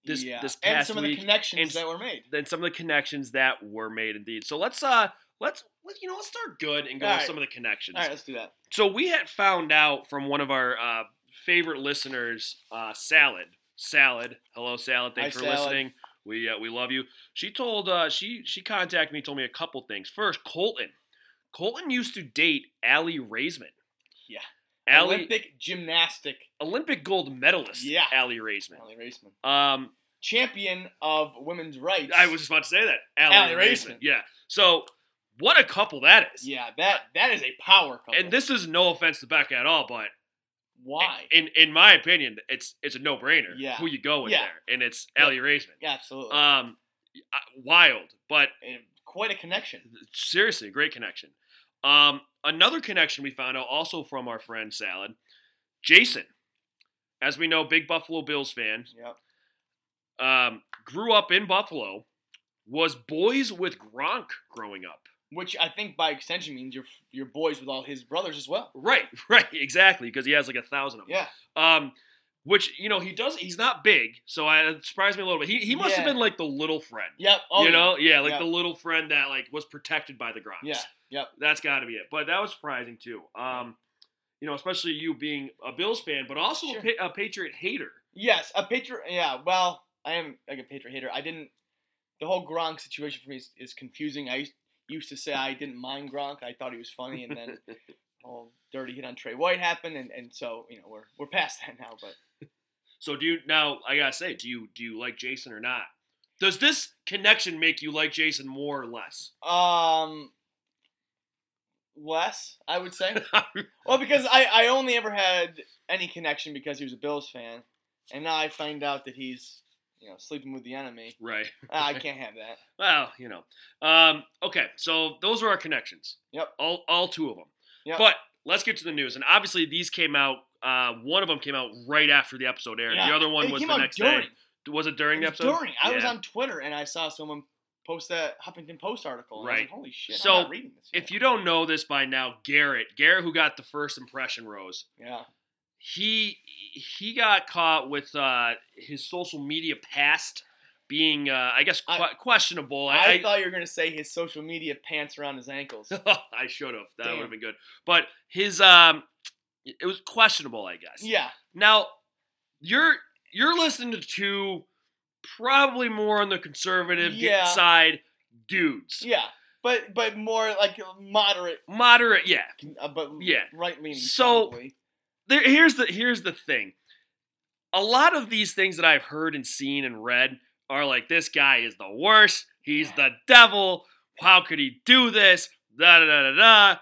[SPEAKER 2] this
[SPEAKER 3] yeah.
[SPEAKER 2] this
[SPEAKER 3] and
[SPEAKER 2] past
[SPEAKER 3] some of
[SPEAKER 2] week
[SPEAKER 3] the connections
[SPEAKER 2] and s-
[SPEAKER 3] that were made.
[SPEAKER 2] then some of the connections that were made indeed. So let's uh let's let, you know let's start good and go
[SPEAKER 3] All
[SPEAKER 2] with
[SPEAKER 3] right.
[SPEAKER 2] some of the connections.
[SPEAKER 3] All right, let's do that.
[SPEAKER 2] So we had found out from one of our uh, favorite listeners, uh, Salad. Salad, hello, Salad. Thanks
[SPEAKER 3] Hi,
[SPEAKER 2] for
[SPEAKER 3] Salad.
[SPEAKER 2] listening. We uh, we love you. She told uh, she she contacted me, told me a couple things. First, Colton. Colton used to date Allie Raisman.
[SPEAKER 3] Yeah.
[SPEAKER 2] Allie Olympic,
[SPEAKER 3] Olympic gymnastic.
[SPEAKER 2] gold medalist.
[SPEAKER 3] Yeah.
[SPEAKER 2] Allie Raisman.
[SPEAKER 3] Allie Raceman.
[SPEAKER 2] Um,
[SPEAKER 3] Champion of women's rights.
[SPEAKER 2] I was just about to say that.
[SPEAKER 3] Allie Raisman.
[SPEAKER 2] Yeah. So What a couple that is.
[SPEAKER 3] Yeah, that that is a power couple.
[SPEAKER 2] And this is no offense to Becca at all, but
[SPEAKER 3] why?
[SPEAKER 2] in in my opinion, it's it's a no brainer.
[SPEAKER 3] Yeah.
[SPEAKER 2] who you go with
[SPEAKER 3] Yeah.
[SPEAKER 2] there, and it's Allie Raisman.
[SPEAKER 3] yeah, absolutely.
[SPEAKER 2] Um, I- wild, but
[SPEAKER 3] And quite a connection.
[SPEAKER 2] seriously, great connection. Um, another connection we found out also from our friend Salad, Jason. As we know, big Buffalo Bills fan,
[SPEAKER 3] Yep.
[SPEAKER 2] um, grew up in Buffalo, was boys with Gronk growing up.
[SPEAKER 3] Which I think by extension means you're you're boys with all his brothers as well.
[SPEAKER 2] Right, (laughs) right, exactly, because he has like a thousand of them.
[SPEAKER 3] Yeah.
[SPEAKER 2] Um, which you know he does. He's not big, so I, it surprised me a little bit. He he must have
[SPEAKER 3] Yeah.
[SPEAKER 2] been like the little friend.
[SPEAKER 3] Yep. Oh,
[SPEAKER 2] you
[SPEAKER 3] yeah.
[SPEAKER 2] know, yeah, like
[SPEAKER 3] Yeah.
[SPEAKER 2] the little friend that like was protected by the Gronks.
[SPEAKER 3] Yeah. Yep.
[SPEAKER 2] that's got to be it. But that was surprising too. Um, you know, especially you being a Bills fan, but also a,
[SPEAKER 3] Sure.
[SPEAKER 2] pa- a Patriot hater.
[SPEAKER 3] Yes, a Patriot. Yeah, well, I am like a Patriot hater. I didn't. The whole Gronk situation for me is, is confusing. I used, used to say I didn't mind Gronk. I thought he was funny,
[SPEAKER 2] (laughs)
[SPEAKER 3] and then all dirty hit on Trey White happened, and, and so you know we're we're past that now. But
[SPEAKER 2] So do you now? I gotta say, do you do you like Jason or not? Does this connection make you like Jason more or less?
[SPEAKER 3] um, less I
[SPEAKER 2] (laughs)
[SPEAKER 3] would say. well, because I I only ever had any connection because he was a Bills fan, and now I find out that he's you know sleeping with the enemy. Ah,
[SPEAKER 2] right. (laughs)
[SPEAKER 3] I can't have that.
[SPEAKER 2] Well, you know. Um, okay, so those are our connections.
[SPEAKER 3] Yep.
[SPEAKER 2] All, all two of them.
[SPEAKER 3] Yep.
[SPEAKER 2] But let's get to the news. And obviously, these came out. Uh, one of them came out right after the episode aired. The
[SPEAKER 3] Yeah.
[SPEAKER 2] other one
[SPEAKER 3] It
[SPEAKER 2] was
[SPEAKER 3] came
[SPEAKER 2] the
[SPEAKER 3] out
[SPEAKER 2] next
[SPEAKER 3] during.
[SPEAKER 2] day. Was it during the
[SPEAKER 3] It was
[SPEAKER 2] episode?
[SPEAKER 3] During, I was
[SPEAKER 2] Yeah.
[SPEAKER 3] on Twitter and I saw someone post that Huffington Post article. And I was
[SPEAKER 2] Right.
[SPEAKER 3] like, Holy shit!
[SPEAKER 2] So,
[SPEAKER 3] I'm not reading this.
[SPEAKER 2] If you don't know this by now, Garrett, Garrett, who got the first impression rose,
[SPEAKER 3] yeah,
[SPEAKER 2] he he got caught with uh, his social media past being, uh, I guess, que-
[SPEAKER 3] I-
[SPEAKER 2] questionable.
[SPEAKER 3] I, thought you were gonna say his social media pants around
[SPEAKER 2] (laughs)
[SPEAKER 3] his ankles.
[SPEAKER 2] I should have. That
[SPEAKER 3] Damn.
[SPEAKER 2] would have been good. But his um, it was questionable, I guess.
[SPEAKER 3] yeah,
[SPEAKER 2] Now, you're you're listening to probably more on the conservative get
[SPEAKER 3] Yeah.
[SPEAKER 2] side dudes.
[SPEAKER 3] yeah, but but more like moderate,
[SPEAKER 2] Moderate, yeah.
[SPEAKER 3] uh, but
[SPEAKER 2] Yeah.
[SPEAKER 3] right leaning.
[SPEAKER 2] So- There, here's the here's the thing. A lot of these things that I've heard and seen and read are like this guy is the worst. He's the devil. How could he do this? Da da da da da.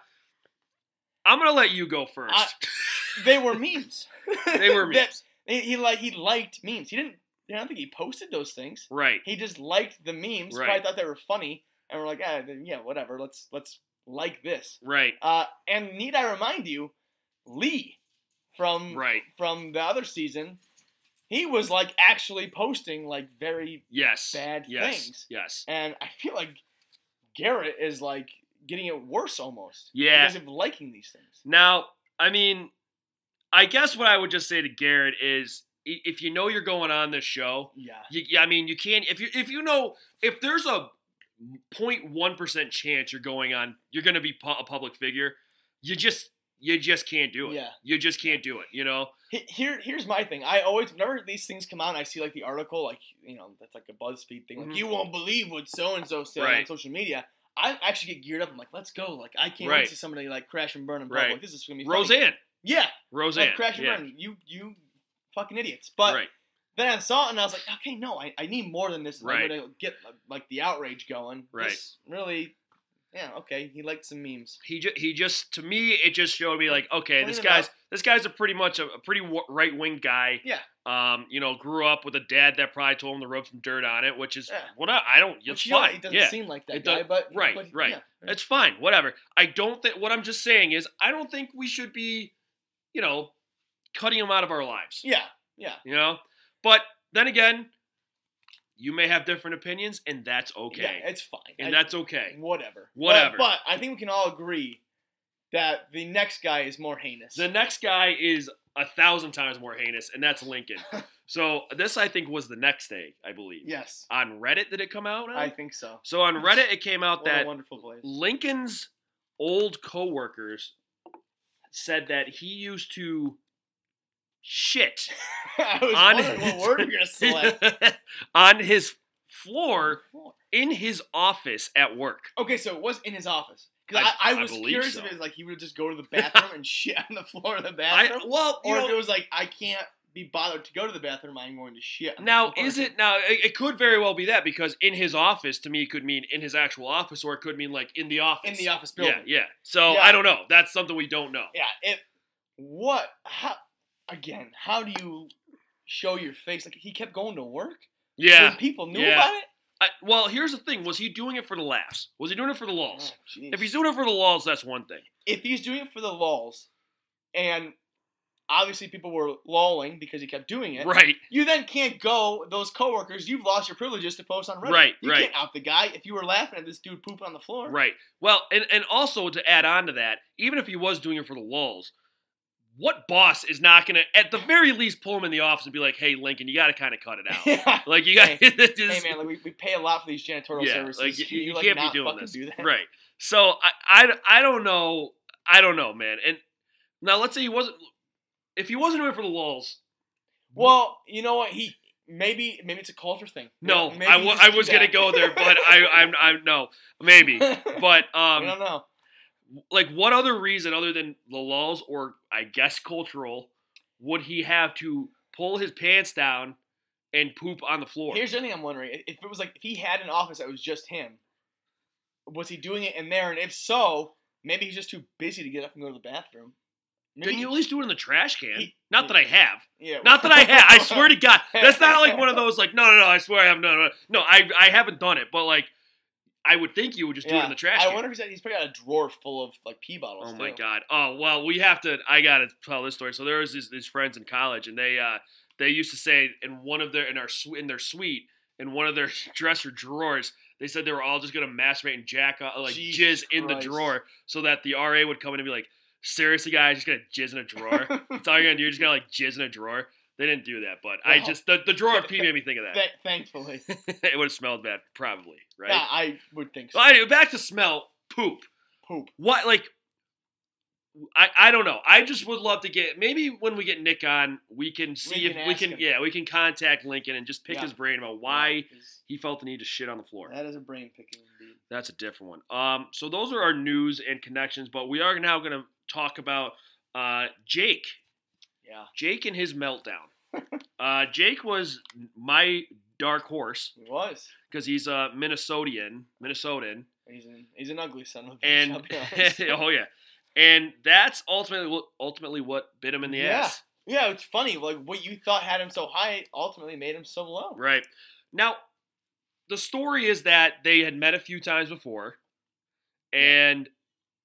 [SPEAKER 2] I'm gonna let you go first.
[SPEAKER 3] I- they were memes.
[SPEAKER 2] (laughs) they were
[SPEAKER 3] (laughs) That-
[SPEAKER 2] memes.
[SPEAKER 3] he, he like he liked memes. He didn't. I don't think he posted those things.
[SPEAKER 2] Right.
[SPEAKER 3] He just liked the memes.
[SPEAKER 2] Right.
[SPEAKER 3] Probably thought they were funny, and we're like, ah, then, yeah, whatever. Let's let's like this.
[SPEAKER 2] Right.
[SPEAKER 3] Uh, and need I remind you, Lee from
[SPEAKER 2] Right.
[SPEAKER 3] from the other season, he was like actually posting like very,
[SPEAKER 2] Yes.
[SPEAKER 3] Bad
[SPEAKER 2] yes.
[SPEAKER 3] things.
[SPEAKER 2] Yes.
[SPEAKER 3] and I feel like Garrett is like getting it worse almost.
[SPEAKER 2] Yeah.
[SPEAKER 3] because of liking these things.
[SPEAKER 2] Now, I mean, I guess what I would just say to Garrett is i- if you know you're going on this show,
[SPEAKER 3] Yeah,
[SPEAKER 2] you, yeah, I mean, you can't if you if you know if there's a 0.1% chance you're going on, you're going to be pu- a public figure, you just you just can't do it.
[SPEAKER 3] Yeah.
[SPEAKER 2] You just can't do it, you know?
[SPEAKER 3] He- here here's my thing. I always whenever these things come out, and I see like the article, like you know that's like a BuzzFeed thing. Like
[SPEAKER 2] Mhm.
[SPEAKER 3] you won't believe what so and so said on
[SPEAKER 2] Right.
[SPEAKER 3] social media. I actually get geared up. I'm like, let's go. Like I can't wait
[SPEAKER 2] Right.
[SPEAKER 3] to see somebody like crash and burn and
[SPEAKER 2] Right.
[SPEAKER 3] Like, this is gonna be funny.
[SPEAKER 2] Roseanne.
[SPEAKER 3] Yeah,
[SPEAKER 2] Roseanne.
[SPEAKER 3] like crash and
[SPEAKER 2] yeah.
[SPEAKER 3] burn. You you fucking idiots. But
[SPEAKER 2] right.
[SPEAKER 3] then I saw it and I was like, okay, no, I, I need more than this. and
[SPEAKER 2] Right.
[SPEAKER 3] I'm gonna get like the outrage going.
[SPEAKER 2] Right.
[SPEAKER 3] This really, yeah, okay. He liked some memes.
[SPEAKER 2] He just he just to me it just showed me like okay
[SPEAKER 3] Clean
[SPEAKER 2] this
[SPEAKER 3] it
[SPEAKER 2] guy's this guy's a pretty much a, a pretty right wing guy.
[SPEAKER 3] Yeah.
[SPEAKER 2] Um, you know, grew up with a dad that probably told him to rub some dirt on it, which is
[SPEAKER 3] Yeah.
[SPEAKER 2] what I, I don't. It's
[SPEAKER 3] Which, you know,
[SPEAKER 2] fine.
[SPEAKER 3] it doesn't
[SPEAKER 2] yeah,
[SPEAKER 3] seem like that
[SPEAKER 2] It
[SPEAKER 3] guy,
[SPEAKER 2] does-
[SPEAKER 3] but
[SPEAKER 2] right,
[SPEAKER 3] but,
[SPEAKER 2] right.
[SPEAKER 3] yeah.
[SPEAKER 2] it's fine. Whatever. I don't think what I'm just saying is I don't think we should be, you know, cutting him out of our lives.
[SPEAKER 3] yeah, yeah.
[SPEAKER 2] You know, but then again, you may have different opinions, and that's okay.
[SPEAKER 3] Yeah, it's fine.
[SPEAKER 2] and
[SPEAKER 3] I-
[SPEAKER 2] that's okay.
[SPEAKER 3] whatever. But-
[SPEAKER 2] Whatever.
[SPEAKER 3] But, I think we can all agree that the next guy is more heinous.
[SPEAKER 2] The next guy is a thousand times more heinous, and that's
[SPEAKER 3] (laughs)
[SPEAKER 2] Lincoln. so this, I think, was the next day, I believe.
[SPEAKER 3] yes,
[SPEAKER 2] On Reddit, did it come out? now?
[SPEAKER 3] I oh think so.
[SPEAKER 2] so on Reddit, it came out
[SPEAKER 3] What
[SPEAKER 2] Uh, that
[SPEAKER 3] a wonderful place.
[SPEAKER 2] Lincoln's old coworkers said that he used to
[SPEAKER 3] (laughs)
[SPEAKER 2] shit
[SPEAKER 3] (laughs) I was
[SPEAKER 2] On
[SPEAKER 3] wondering
[SPEAKER 2] his-
[SPEAKER 3] what word you're
[SPEAKER 2] (laughs)
[SPEAKER 3] gonna select.
[SPEAKER 2] on his floor in his office at work.
[SPEAKER 3] Okay, so it was in his office. Because I,
[SPEAKER 2] I-
[SPEAKER 3] I,
[SPEAKER 2] I
[SPEAKER 3] was
[SPEAKER 2] believe
[SPEAKER 3] curious
[SPEAKER 2] so. (laughs)
[SPEAKER 3] if it was like he would just go to the bathroom and shit on the floor of the
[SPEAKER 2] I
[SPEAKER 3] bathroom,
[SPEAKER 2] well, you
[SPEAKER 3] or if
[SPEAKER 2] know,
[SPEAKER 3] it was like I can't be bothered to go to the bathroom, I'm going to shit. on the
[SPEAKER 2] Now,
[SPEAKER 3] floor.
[SPEAKER 2] is it now? It, it could very well be that because in his office, to me, could mean in his actual office, or it could mean like in the office.
[SPEAKER 3] in the office building?
[SPEAKER 2] yeah, yeah. So
[SPEAKER 3] Yeah.
[SPEAKER 2] I don't know. That's something we don't know.
[SPEAKER 3] Yeah, it. What? How? Again, how do you show your face? Like he kept going to work.
[SPEAKER 2] Yeah.
[SPEAKER 3] When people knew
[SPEAKER 2] Yeah.
[SPEAKER 3] about it.
[SPEAKER 2] I, well, here's the thing: was he doing it for the laughs? Was he doing it for the lulz?
[SPEAKER 3] Oh, jeez.
[SPEAKER 2] If he's doing it for the lulz, that's one thing.
[SPEAKER 3] if he's doing it for the lulls, and obviously people were lolling because he kept doing it.
[SPEAKER 2] Right.
[SPEAKER 3] You then can't go those coworkers. You've lost your privileges to post on Reddit.
[SPEAKER 2] Right,
[SPEAKER 3] You
[SPEAKER 2] right.
[SPEAKER 3] can't out the guy if you were laughing at this dude pooping on the floor.
[SPEAKER 2] Right. Well, and, and also to add on to that, even if he was doing it for the lulz, what boss is not going to, at the very least, pull him in the office and be like, hey, Lincoln, you got to kind of cut it
[SPEAKER 3] (laughs)
[SPEAKER 2] out?
[SPEAKER 3] Yeah.
[SPEAKER 2] like, you got
[SPEAKER 3] (laughs) Hey,
[SPEAKER 2] (laughs) this
[SPEAKER 3] Hey
[SPEAKER 2] is-
[SPEAKER 3] man, like we, we pay a lot for these janitorial
[SPEAKER 2] yeah,
[SPEAKER 3] services.
[SPEAKER 2] like, you, you
[SPEAKER 3] like,
[SPEAKER 2] can't
[SPEAKER 3] not
[SPEAKER 2] be doing
[SPEAKER 3] fucking
[SPEAKER 2] this.
[SPEAKER 3] Do that.
[SPEAKER 2] Right. So I, I, I don't know. I don't know, man. And now let's say he wasn't, if he wasn't doing it for the lulz,
[SPEAKER 3] Well, you know what? He maybe maybe it's a culture thing.
[SPEAKER 2] no,
[SPEAKER 3] maybe
[SPEAKER 2] I
[SPEAKER 3] he
[SPEAKER 2] wa-
[SPEAKER 3] just
[SPEAKER 2] I
[SPEAKER 3] do
[SPEAKER 2] was going to
[SPEAKER 3] that.
[SPEAKER 2] go there, but
[SPEAKER 3] (laughs)
[SPEAKER 2] I, I'm, I'm, no, maybe. But, um,
[SPEAKER 3] we don't know.
[SPEAKER 2] like what other reason other than the laws or I guess cultural would he have to pull his pants down and poop on the floor?
[SPEAKER 3] Here's the thing I'm wondering: if if it was like if he had an office that was just him, was he doing it in there? And if so, maybe he's just too busy to get up and go to the bathroom. Maybe
[SPEAKER 2] Didn't you at least do it in the trash can?
[SPEAKER 3] He-
[SPEAKER 2] not that I have.
[SPEAKER 3] Yeah.
[SPEAKER 2] Not
[SPEAKER 3] (laughs)
[SPEAKER 2] that I have. I swear to God, that's not like one of those like no no no. I swear I have no no no. I I haven't done it, but like I would think you would just do it in the trash
[SPEAKER 3] I
[SPEAKER 2] can.
[SPEAKER 3] wonder if he's, got- he's probably got a drawer full of like pee bottles.
[SPEAKER 2] Oh my
[SPEAKER 3] too.
[SPEAKER 2] god. Oh well, we have to. I gotta tell this story. So there was these, these friends in college, and they uh, they used to say in one of their in our su- in their suite in one of their (laughs) dresser drawers, they said they were all just gonna masturbate and jack off, like
[SPEAKER 3] Jesus
[SPEAKER 2] jizz in the
[SPEAKER 3] Christ.
[SPEAKER 2] drawer, so that the RA would come in and be like, "Seriously, guys, just gonna jizz in a
[SPEAKER 3] (laughs)
[SPEAKER 2] drawer? That's all you're gonna do? You're just gonna like jizz in a drawer?" They didn't do that, but I
[SPEAKER 3] Wow.
[SPEAKER 2] just the, the drawer
[SPEAKER 3] (laughs)
[SPEAKER 2] of pee made me think of that.
[SPEAKER 3] Th-
[SPEAKER 2] (laughs)
[SPEAKER 3] thankfully,
[SPEAKER 2] it would have smelled bad, probably, right?
[SPEAKER 3] yeah, I would think so.
[SPEAKER 2] Well, anyway, back to smell poop
[SPEAKER 3] Poop.
[SPEAKER 2] what like I, I don't know. I just would love to get maybe when we get Nick on, we can see
[SPEAKER 3] We can
[SPEAKER 2] if we
[SPEAKER 3] ask
[SPEAKER 2] can
[SPEAKER 3] him.
[SPEAKER 2] yeah, we can contact Lincoln and just pick
[SPEAKER 3] Yeah.
[SPEAKER 2] his brain about why
[SPEAKER 3] Yeah, 'cause
[SPEAKER 2] he felt the need to shit on the floor.
[SPEAKER 3] That is a brain picking indeed.
[SPEAKER 2] That's a different one. Um so those are our news and connections, but we are now gonna talk about uh Jake.
[SPEAKER 3] Yeah.
[SPEAKER 2] Jake and his
[SPEAKER 3] (laughs)
[SPEAKER 2] meltdown. uh Jake was my dark horse
[SPEAKER 3] He was.
[SPEAKER 2] because he's a Minnesotian Minnesotan.
[SPEAKER 3] He's an he's an ugly son of a bitch.
[SPEAKER 2] and (laughs)
[SPEAKER 3] I'll be honest.
[SPEAKER 2] oh yeah, and that's ultimately what ultimately what bit him in the
[SPEAKER 3] Yeah.
[SPEAKER 2] ass,
[SPEAKER 3] yeah, it's funny. Like what you thought had him so high ultimately made him so low.
[SPEAKER 2] right? Now, the story is that they had met a few times before, and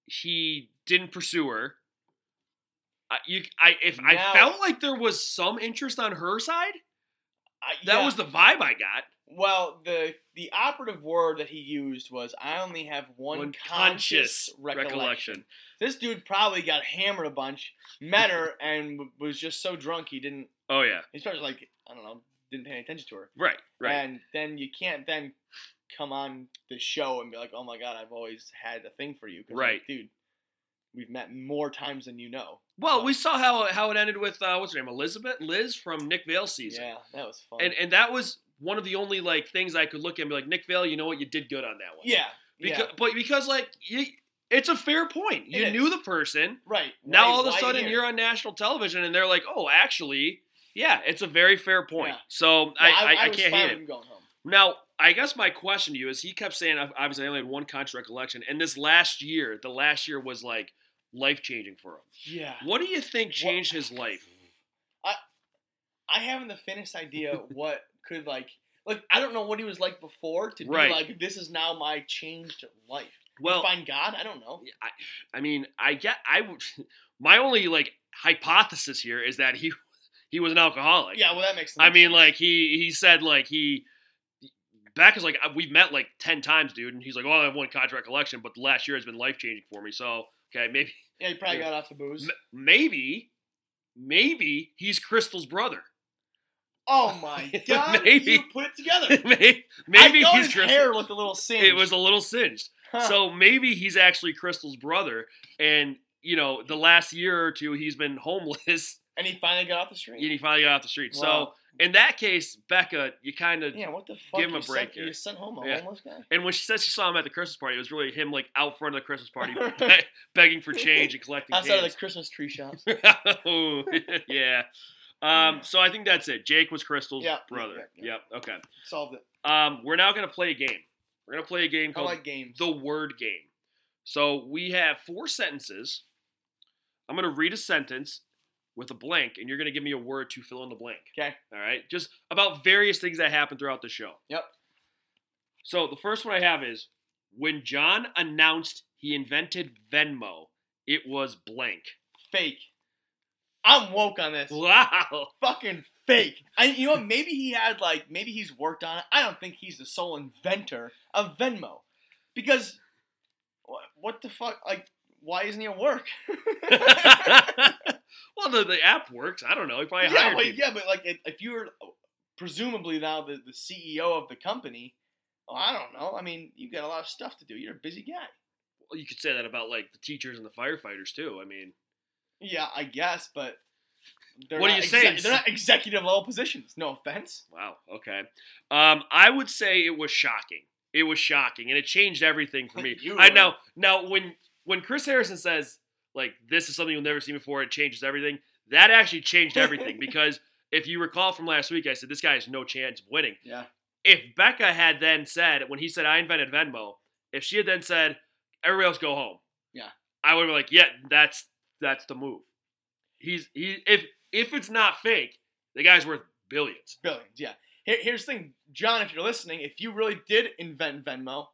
[SPEAKER 2] he didn't pursue her. I, you, I, if I
[SPEAKER 3] Now-
[SPEAKER 2] felt like there was some interest on her side,
[SPEAKER 3] I,
[SPEAKER 2] that
[SPEAKER 3] yeah.
[SPEAKER 2] was the vibe I got.
[SPEAKER 3] well the the operative word that he used was I only have one,
[SPEAKER 2] One
[SPEAKER 3] conscious, recollection. This dude probably got hammered a bunch, met her, and w- was just so drunk he didn't.
[SPEAKER 2] Oh yeah,
[SPEAKER 3] He's probably like I don't know, didn't pay any attention to her.
[SPEAKER 2] right, right.
[SPEAKER 3] And then you can't then come on the show and be like, oh my god, I've always had a thing for you. 'Cause, like,
[SPEAKER 2] Right.
[SPEAKER 3] dude. We've met more times than you know.
[SPEAKER 2] well, we saw how how it ended with uh, what's her name, Elizabeth Liz from Nick Vale season.
[SPEAKER 3] Yeah, that was fun.
[SPEAKER 2] and and that was one of the only like things I could look at and be like, Nick Vale, you know what, you did good on that one.
[SPEAKER 3] yeah,
[SPEAKER 2] Because,
[SPEAKER 3] yeah,
[SPEAKER 2] but because like you, it's a fair point. You
[SPEAKER 3] It
[SPEAKER 2] knew
[SPEAKER 3] is.
[SPEAKER 2] the person.
[SPEAKER 3] right.
[SPEAKER 2] Now
[SPEAKER 3] Why-
[SPEAKER 2] all of a
[SPEAKER 3] why
[SPEAKER 2] sudden
[SPEAKER 3] here?
[SPEAKER 2] you're on national television, and they're like, oh, actually, yeah, it's a very fair point.
[SPEAKER 3] Yeah.
[SPEAKER 2] So
[SPEAKER 3] Yeah,
[SPEAKER 2] I, I, I,
[SPEAKER 3] was
[SPEAKER 2] can't
[SPEAKER 3] fine
[SPEAKER 2] hate
[SPEAKER 3] with
[SPEAKER 2] it.
[SPEAKER 3] him Going home.
[SPEAKER 2] Now, I guess my question to you is he kept saying, ob- obviously, I only had one conscious recollection. And this last year, the last year was like life changing for him.
[SPEAKER 3] Yeah.
[SPEAKER 2] What do you think changed his life?
[SPEAKER 3] I haven't the
[SPEAKER 2] (laughs)
[SPEAKER 3] faintest idea what could like like I don't know what he was like before to
[SPEAKER 2] Right.
[SPEAKER 3] be like this is now my changed life.
[SPEAKER 2] Well,
[SPEAKER 3] Find God, I don't know.
[SPEAKER 2] I, I mean, I get. I would. (laughs) My only like hypothesis here is that he (laughs) he was an alcoholic.
[SPEAKER 3] yeah, well that makes. the
[SPEAKER 2] I
[SPEAKER 3] most
[SPEAKER 2] mean,
[SPEAKER 3] sense.
[SPEAKER 2] like he he said like he back is like "Uh, we've met like ten times, dude, and he's like, oh, I have one contract collection, but the last year has been life changing for me. So okay, maybe
[SPEAKER 3] yeah, he probably
[SPEAKER 2] yeah.
[SPEAKER 3] got off the booze.
[SPEAKER 2] m- maybe maybe he's Crystal's
[SPEAKER 3] (laughs)
[SPEAKER 2] brother. (laughs)
[SPEAKER 3] Oh my God,
[SPEAKER 2] Maybe.
[SPEAKER 3] you put
[SPEAKER 2] (laughs)
[SPEAKER 3] it together.
[SPEAKER 2] maybe
[SPEAKER 3] I
[SPEAKER 2] maybe
[SPEAKER 3] thought
[SPEAKER 2] he's
[SPEAKER 3] his
[SPEAKER 2] Crystal.
[SPEAKER 3] hair looked a little singed.
[SPEAKER 2] It was a little singed.
[SPEAKER 3] Huh.
[SPEAKER 2] So maybe he's actually Crystal's brother, and you know, the last year or two he's been homeless.
[SPEAKER 3] and he finally got off the street.
[SPEAKER 2] and he finally got off the street.
[SPEAKER 3] Wow.
[SPEAKER 2] So in that case, Becca, you kind of
[SPEAKER 3] yeah, what the fuck?
[SPEAKER 2] Give him a
[SPEAKER 3] You sent-
[SPEAKER 2] break here.
[SPEAKER 3] You sent home a
[SPEAKER 2] Yeah.
[SPEAKER 3] homeless guy.
[SPEAKER 2] and when she says she saw him at the Christmas party, it was really him like out front of the Christmas
[SPEAKER 3] (laughs)
[SPEAKER 2] party be- begging for change and collecting
[SPEAKER 3] Outside
[SPEAKER 2] (laughs)
[SPEAKER 3] of
[SPEAKER 2] change.
[SPEAKER 3] the Christmas tree shops.
[SPEAKER 2] oh, yeah. Um, so I think that's it. Jake was Crystal's
[SPEAKER 3] Yeah,
[SPEAKER 2] brother.
[SPEAKER 3] yeah, yeah.
[SPEAKER 2] Yep. Okay.
[SPEAKER 3] Solved it.
[SPEAKER 2] Um, we're now gonna play a game. We're gonna play a game
[SPEAKER 3] I
[SPEAKER 2] called
[SPEAKER 3] like games.
[SPEAKER 2] the word game. So we have four sentences. I'm going to read a sentence with a blank, and you're going to give me a word to fill in the blank.
[SPEAKER 3] 'Kay.
[SPEAKER 2] All right. Just about various things that happen throughout the show.
[SPEAKER 3] Yep.
[SPEAKER 2] So the first one I have is when John announced he invented Venmo, it was blank.
[SPEAKER 3] Fake. I'm woke on this. (laughs)
[SPEAKER 2] Wow.
[SPEAKER 3] Fucking fake. I, you know what? Maybe he had like maybe he's worked on it. I don't think he's the sole inventor of Venmo, because what, what the fuck? Like, why isn't he at
[SPEAKER 2] (laughs)
[SPEAKER 3] work?
[SPEAKER 2] well, the, the app works. I don't know. He probably
[SPEAKER 3] (laughs) yeah,
[SPEAKER 2] hired
[SPEAKER 3] but,
[SPEAKER 2] people.
[SPEAKER 3] yeah, but like if, if you're presumably now the, the CEO of the company, well, I don't know. I mean, you got a lot of stuff to do. You're a busy guy.
[SPEAKER 2] Well, you could say that about like the teachers and the firefighters too. I mean,
[SPEAKER 3] Yeah, I guess, but they're
[SPEAKER 2] What are
[SPEAKER 3] not
[SPEAKER 2] you saying?
[SPEAKER 3] They're not executive level positions. No offense.
[SPEAKER 2] Wow. Okay. Um, I would say it was shocking. It was shocking, and it changed everything
[SPEAKER 3] (laughs)
[SPEAKER 2] for me.
[SPEAKER 3] You
[SPEAKER 2] I
[SPEAKER 3] were-
[SPEAKER 2] know. Now, when when Chris Harrison says like this is something you'll never see before, it changes everything. That actually changed
[SPEAKER 3] (laughs)
[SPEAKER 2] everything because if you recall from last week, I said this guy has no chance of winning.
[SPEAKER 3] Yeah.
[SPEAKER 2] If Becca had then said when he said I invented Venmo, if she had then said everybody else go home,
[SPEAKER 3] Yeah.
[SPEAKER 2] I would be like, yeah, that's that's the move. He's he if if it's not fake, the guy's worth billions.
[SPEAKER 3] Billions, yeah. Here, here's the thing, John, if you're listening, if you really did invent Venmo,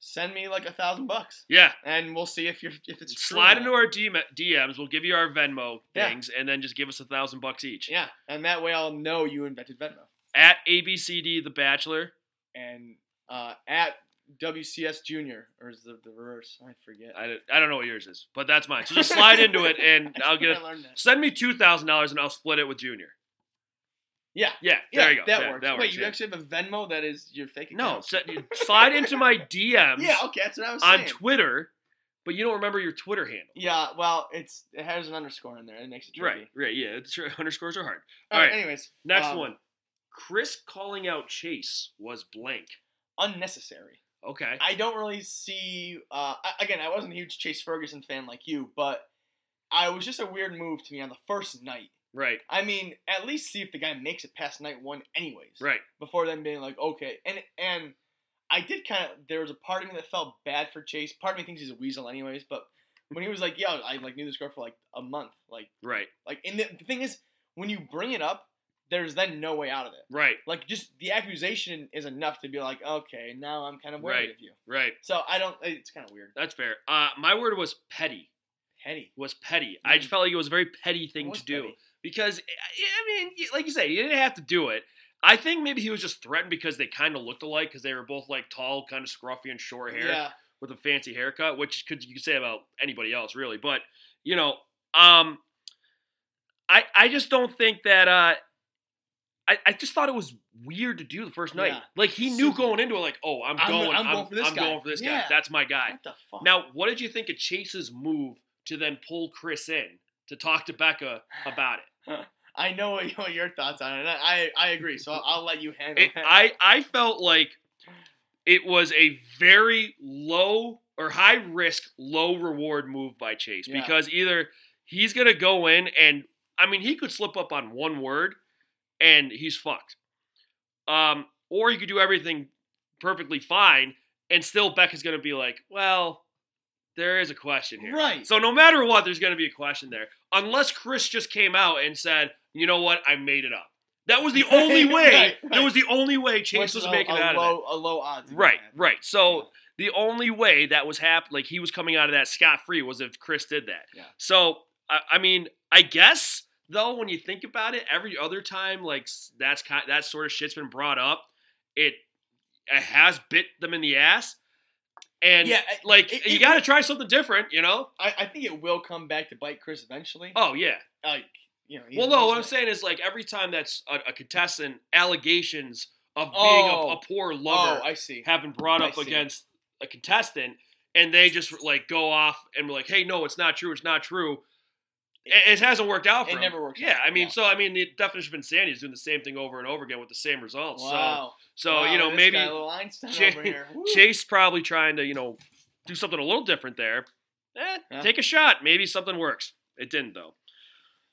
[SPEAKER 3] send me like a thousand bucks.
[SPEAKER 2] Yeah.
[SPEAKER 3] And we'll see if you're if it's true or
[SPEAKER 2] Slide
[SPEAKER 3] not.
[SPEAKER 2] into our DM, DMs. We'll give you our Venmo
[SPEAKER 3] Yeah.
[SPEAKER 2] things, and then just give us a thousand bucks each.
[SPEAKER 3] Yeah. And that way I'll know you invented Venmo.
[SPEAKER 2] At ABCD The Bachelor,
[SPEAKER 3] And uh, at WCS Junior, or is the, the reverse? I forget.
[SPEAKER 2] I, don't- I don't know what yours is, but that's mine. So just slide into it,
[SPEAKER 3] (laughs)
[SPEAKER 2] and I'll get.
[SPEAKER 3] I
[SPEAKER 2] A,
[SPEAKER 3] learned that.
[SPEAKER 2] send me two thousand dollars, and I'll split it with Junior.
[SPEAKER 3] Yeah.
[SPEAKER 2] Yeah,
[SPEAKER 3] Yeah,
[SPEAKER 2] there you go.
[SPEAKER 3] That, works. Wait, you
[SPEAKER 2] yeah.
[SPEAKER 3] actually have a Venmo that is your fake
[SPEAKER 2] no,
[SPEAKER 3] account?
[SPEAKER 2] set, slide into
[SPEAKER 3] (laughs)
[SPEAKER 2] my DMs
[SPEAKER 3] Yeah, okay, that's what I was
[SPEAKER 2] on
[SPEAKER 3] saying.
[SPEAKER 2] Twitter, but you don't remember your Twitter handle.
[SPEAKER 3] Yeah, well, it's it has an underscore in there. It makes it tricky.
[SPEAKER 2] Right, right, yeah. It's, (laughs) underscores are hard.
[SPEAKER 3] All
[SPEAKER 2] All
[SPEAKER 3] right.
[SPEAKER 2] right.
[SPEAKER 3] Anyways,
[SPEAKER 2] Next
[SPEAKER 3] um,
[SPEAKER 2] one, Chris calling out Chase was blank.
[SPEAKER 3] unnecessary.
[SPEAKER 2] Okay.
[SPEAKER 3] I don't really see. Uh, I- again, I wasn't a huge Chase Ferguson fan like you, but I it was just a weird move to me on the first night.
[SPEAKER 2] right.
[SPEAKER 3] I mean, at least see if the guy makes it past night one, anyways.
[SPEAKER 2] Right.
[SPEAKER 3] Before then being like, okay, and and I did kind of. There was a part of me that felt bad for Chase. Part of me thinks he's a weasel, anyways. But when he was like, "Yeah, I like knew this girl for like a month," like
[SPEAKER 2] Right.
[SPEAKER 3] like, and the, the thing is, when you bring it up, there's then no way out of it.
[SPEAKER 2] Right.
[SPEAKER 3] Like, just the accusation is enough to be like, okay, now I'm kind of worried
[SPEAKER 2] Right.
[SPEAKER 3] of you.
[SPEAKER 2] Right.
[SPEAKER 3] So I don't. It's kind of weird.
[SPEAKER 2] That's fair. Uh, my word was petty.
[SPEAKER 3] Petty.
[SPEAKER 2] Was petty. I just felt like it was a very petty thing
[SPEAKER 3] What's
[SPEAKER 2] to do
[SPEAKER 3] Mm. petty?
[SPEAKER 2] because I- I mean, you- like you say, you didn't have to do it. I think maybe he was just threatened because they kind of looked alike because they were both like tall, kind of scruffy and short hair
[SPEAKER 3] Yeah.
[SPEAKER 2] with a fancy haircut, which could you could say about anybody else really, but you know, um, I I just don't think that uh, I I just thought it was weird to do the first night.
[SPEAKER 3] Yeah.
[SPEAKER 2] Like he knew
[SPEAKER 3] Super.
[SPEAKER 2] going into it, like, oh, I'm,
[SPEAKER 3] I'm-
[SPEAKER 2] going,
[SPEAKER 3] I'm going for this
[SPEAKER 2] I'm
[SPEAKER 3] guy.
[SPEAKER 2] going for this guy.
[SPEAKER 3] Yeah.
[SPEAKER 2] That's my guy.
[SPEAKER 3] What the fuck?
[SPEAKER 2] Now, what did you think of Chase's move to then pull Chris in to talk to Becca about it?
[SPEAKER 3] I know what, (laughs) what your thoughts on it. and I I agree. So I'll, I'll let you handle (laughs)
[SPEAKER 2] it
[SPEAKER 3] it.
[SPEAKER 2] I, I felt like it was a very low or high risk, low reward move by Chase
[SPEAKER 3] Yeah.
[SPEAKER 2] because either he's going to go in and, I mean, he could slip up on one word and he's fucked. Um, or he could do everything perfectly fine and still Becca's going to be like, well, there is a question here.
[SPEAKER 3] right.
[SPEAKER 2] So no matter what, there's going to be a question there, unless Chris just came out and said, "You know what? I made it up." That was the only way.
[SPEAKER 3] (laughs) Right, right.
[SPEAKER 2] That was the only way Chase
[SPEAKER 3] Which is
[SPEAKER 2] was
[SPEAKER 3] a-
[SPEAKER 2] making
[SPEAKER 3] a
[SPEAKER 2] it out
[SPEAKER 3] low,
[SPEAKER 2] of
[SPEAKER 3] A low odds.
[SPEAKER 2] that. Right, right. So the only way that was happening, like he was coming out of that scot free, was if Chris did that.
[SPEAKER 3] Yeah.
[SPEAKER 2] So I, I mean, I guess though, when you think about it, every other time like s- that's kind that sort of shit's been brought up, it it has bit them in the ass, and
[SPEAKER 3] yeah. I-
[SPEAKER 2] like
[SPEAKER 3] it-
[SPEAKER 2] you
[SPEAKER 3] it
[SPEAKER 2] got to try something different, you know.
[SPEAKER 3] I, I think it will come back to bite Chris eventually.
[SPEAKER 2] Oh yeah.
[SPEAKER 3] Like you know. he's
[SPEAKER 2] Well,
[SPEAKER 3] a
[SPEAKER 2] no, what I'm
[SPEAKER 3] loser.
[SPEAKER 2] saying is like every time that's a, a contestant, allegations of being a,
[SPEAKER 3] Oh.
[SPEAKER 2] a poor
[SPEAKER 3] Oh,
[SPEAKER 2] lover
[SPEAKER 3] I see.
[SPEAKER 2] have been brought
[SPEAKER 3] I
[SPEAKER 2] up
[SPEAKER 3] see.
[SPEAKER 2] against a contestant, and they just like go off and be like, "Hey, no, it's not true. It's not true." It, it hasn't worked out for
[SPEAKER 3] It
[SPEAKER 2] him.
[SPEAKER 3] never works
[SPEAKER 2] Yeah,
[SPEAKER 3] out,
[SPEAKER 2] I mean,
[SPEAKER 3] yeah.
[SPEAKER 2] so I mean, the definition of insanity is doing the same thing over and over again with the same results.
[SPEAKER 3] Wow.
[SPEAKER 2] So, so
[SPEAKER 3] Wow,
[SPEAKER 2] you know,
[SPEAKER 3] this
[SPEAKER 2] maybe
[SPEAKER 3] guy, little Einstein
[SPEAKER 2] Cha-
[SPEAKER 3] over here. Woo.
[SPEAKER 2] Chase probably trying to you know do something a little different there. Eh,
[SPEAKER 3] Yeah.
[SPEAKER 2] Take a shot. Maybe something works. It didn't though.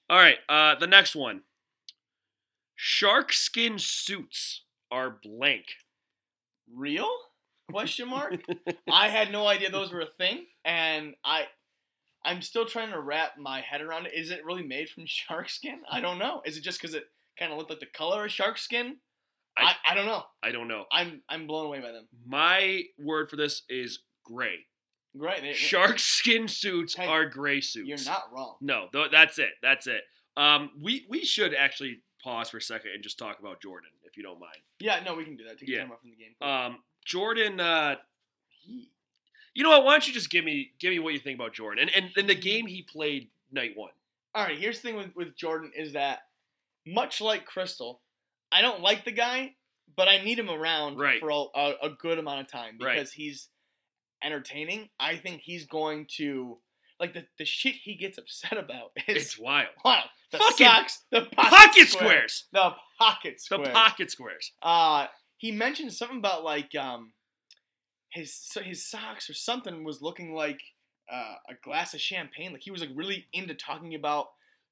[SPEAKER 2] All right. Uh, the next one. Shark skin suits are blank.
[SPEAKER 3] Real?
[SPEAKER 2] (laughs)
[SPEAKER 3] Question mark. I had no idea those were a thing, and I, I'm still trying to wrap my head around it. Is it really made from shark skin? I don't know. Is it just because it kind of looked like the color of shark skin? I,
[SPEAKER 2] I-
[SPEAKER 3] I don't know.
[SPEAKER 2] I don't know.
[SPEAKER 3] I'm I'm blown away by them.
[SPEAKER 2] My word for this is gray.
[SPEAKER 3] Right? They,
[SPEAKER 2] Shark skin suits
[SPEAKER 3] Eh, Hey,
[SPEAKER 2] are gray suits.
[SPEAKER 3] You're not wrong.
[SPEAKER 2] No, th- that's it. That's it. Um, we we should actually pause for a second and just talk about Jordan, if you don't mind.
[SPEAKER 3] Yeah, no, we can do that. Take
[SPEAKER 2] Yeah.
[SPEAKER 3] your time off from the game.
[SPEAKER 2] Um, Jordan, uh,
[SPEAKER 3] He-
[SPEAKER 2] you know what? Why don't you just give me give me what you think about Jordan and and, and the game he played night one.
[SPEAKER 3] All right, here's the thing with, with Jordan is that much like Crystal, I don't like the guy, but I need him around
[SPEAKER 2] Right.
[SPEAKER 3] for a, a, a good amount of time
[SPEAKER 2] Right.
[SPEAKER 3] because he's entertaining. I think he's going to like the, the shit he gets upset about (laughs) is
[SPEAKER 2] It's wild.
[SPEAKER 3] wow. The
[SPEAKER 2] fucking
[SPEAKER 3] socks, the pocket,
[SPEAKER 2] Pocket
[SPEAKER 3] square,
[SPEAKER 2] squares.
[SPEAKER 3] the pocket
[SPEAKER 2] The
[SPEAKER 3] square.
[SPEAKER 2] pocket squares.
[SPEAKER 3] uh, he mentioned something about like um, his so his socks or something was looking like uh, a glass of champagne. Like he was like really into talking about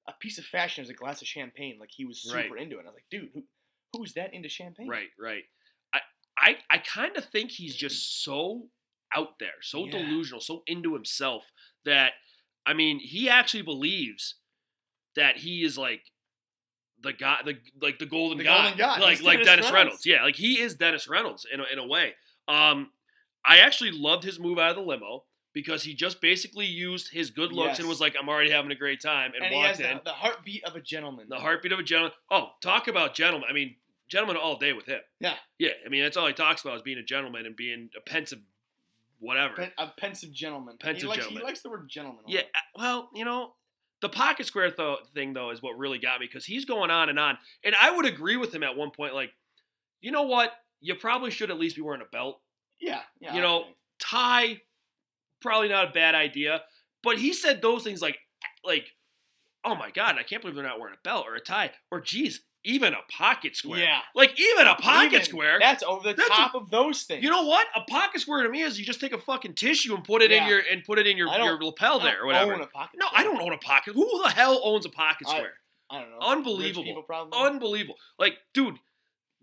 [SPEAKER 3] a piece of fashion as a glass of champagne. Like he was super
[SPEAKER 2] Right.
[SPEAKER 3] into it. And I was like, dude, who, who's that into champagne?
[SPEAKER 2] Right, right. I I, I kind of think he's just so out there, so
[SPEAKER 3] Yeah.
[SPEAKER 2] delusional, so into himself that I mean, he actually believes that he is like the guy, the like the golden
[SPEAKER 3] The
[SPEAKER 2] guy,
[SPEAKER 3] golden guy.
[SPEAKER 2] like
[SPEAKER 3] He's
[SPEAKER 2] like
[SPEAKER 3] Dennis
[SPEAKER 2] Dennis Reynolds.
[SPEAKER 3] Reynolds.
[SPEAKER 2] Yeah, like he is Dennis Reynolds in a, in a way. Um, I actually loved his move out of the limo because he just basically used his good looks and
[SPEAKER 3] Yes.
[SPEAKER 2] was like, "I'm already having a great time," and,
[SPEAKER 3] And, he
[SPEAKER 2] walked
[SPEAKER 3] has
[SPEAKER 2] in.
[SPEAKER 3] the, the heartbeat of a gentleman.
[SPEAKER 2] The heartbeat of a gentleman. Oh, talk about gentleman. I mean, gentleman all day with him.
[SPEAKER 3] Yeah.
[SPEAKER 2] Yeah. I mean, that's all he talks about is being a gentleman and being a pensive, whatever.
[SPEAKER 3] Pen- a pensive gentleman.
[SPEAKER 2] Pensive
[SPEAKER 3] he likes,
[SPEAKER 2] gentleman.
[SPEAKER 3] He likes the word gentleman. a
[SPEAKER 2] yeah.
[SPEAKER 3] lot.
[SPEAKER 2] uh, Well, you know, the pocket square tho- thing though is what really got me because he's going on and on, and I would agree with him at one point. Like, you know what? You probably should at least be wearing a belt.
[SPEAKER 3] Yeah. yeah
[SPEAKER 2] You
[SPEAKER 3] I
[SPEAKER 2] know,
[SPEAKER 3] agree.
[SPEAKER 2] Tie, probably not a bad idea. But he said those things like, like, oh my god, I can't believe they're not wearing a belt or a tie or geez, even a pocket square.
[SPEAKER 3] Yeah.
[SPEAKER 2] Like even a pocket
[SPEAKER 3] Even-
[SPEAKER 2] square.
[SPEAKER 3] That's over the
[SPEAKER 2] That's a-
[SPEAKER 3] top of those things.
[SPEAKER 2] You know what? A pocket square to me is you just take a fucking tissue and put it in
[SPEAKER 3] Yeah.
[SPEAKER 2] your and put it in your,
[SPEAKER 3] I don't-
[SPEAKER 2] your lapel
[SPEAKER 3] I don't
[SPEAKER 2] there or whatever.
[SPEAKER 3] own a pocket
[SPEAKER 2] no,
[SPEAKER 3] square.
[SPEAKER 2] I don't own a pocket. Who the hell owns a pocket
[SPEAKER 3] I-
[SPEAKER 2] square?
[SPEAKER 3] I don't know.
[SPEAKER 2] Unbelievable.
[SPEAKER 3] Rich people probably.
[SPEAKER 2] Unbelievable. Like, dude,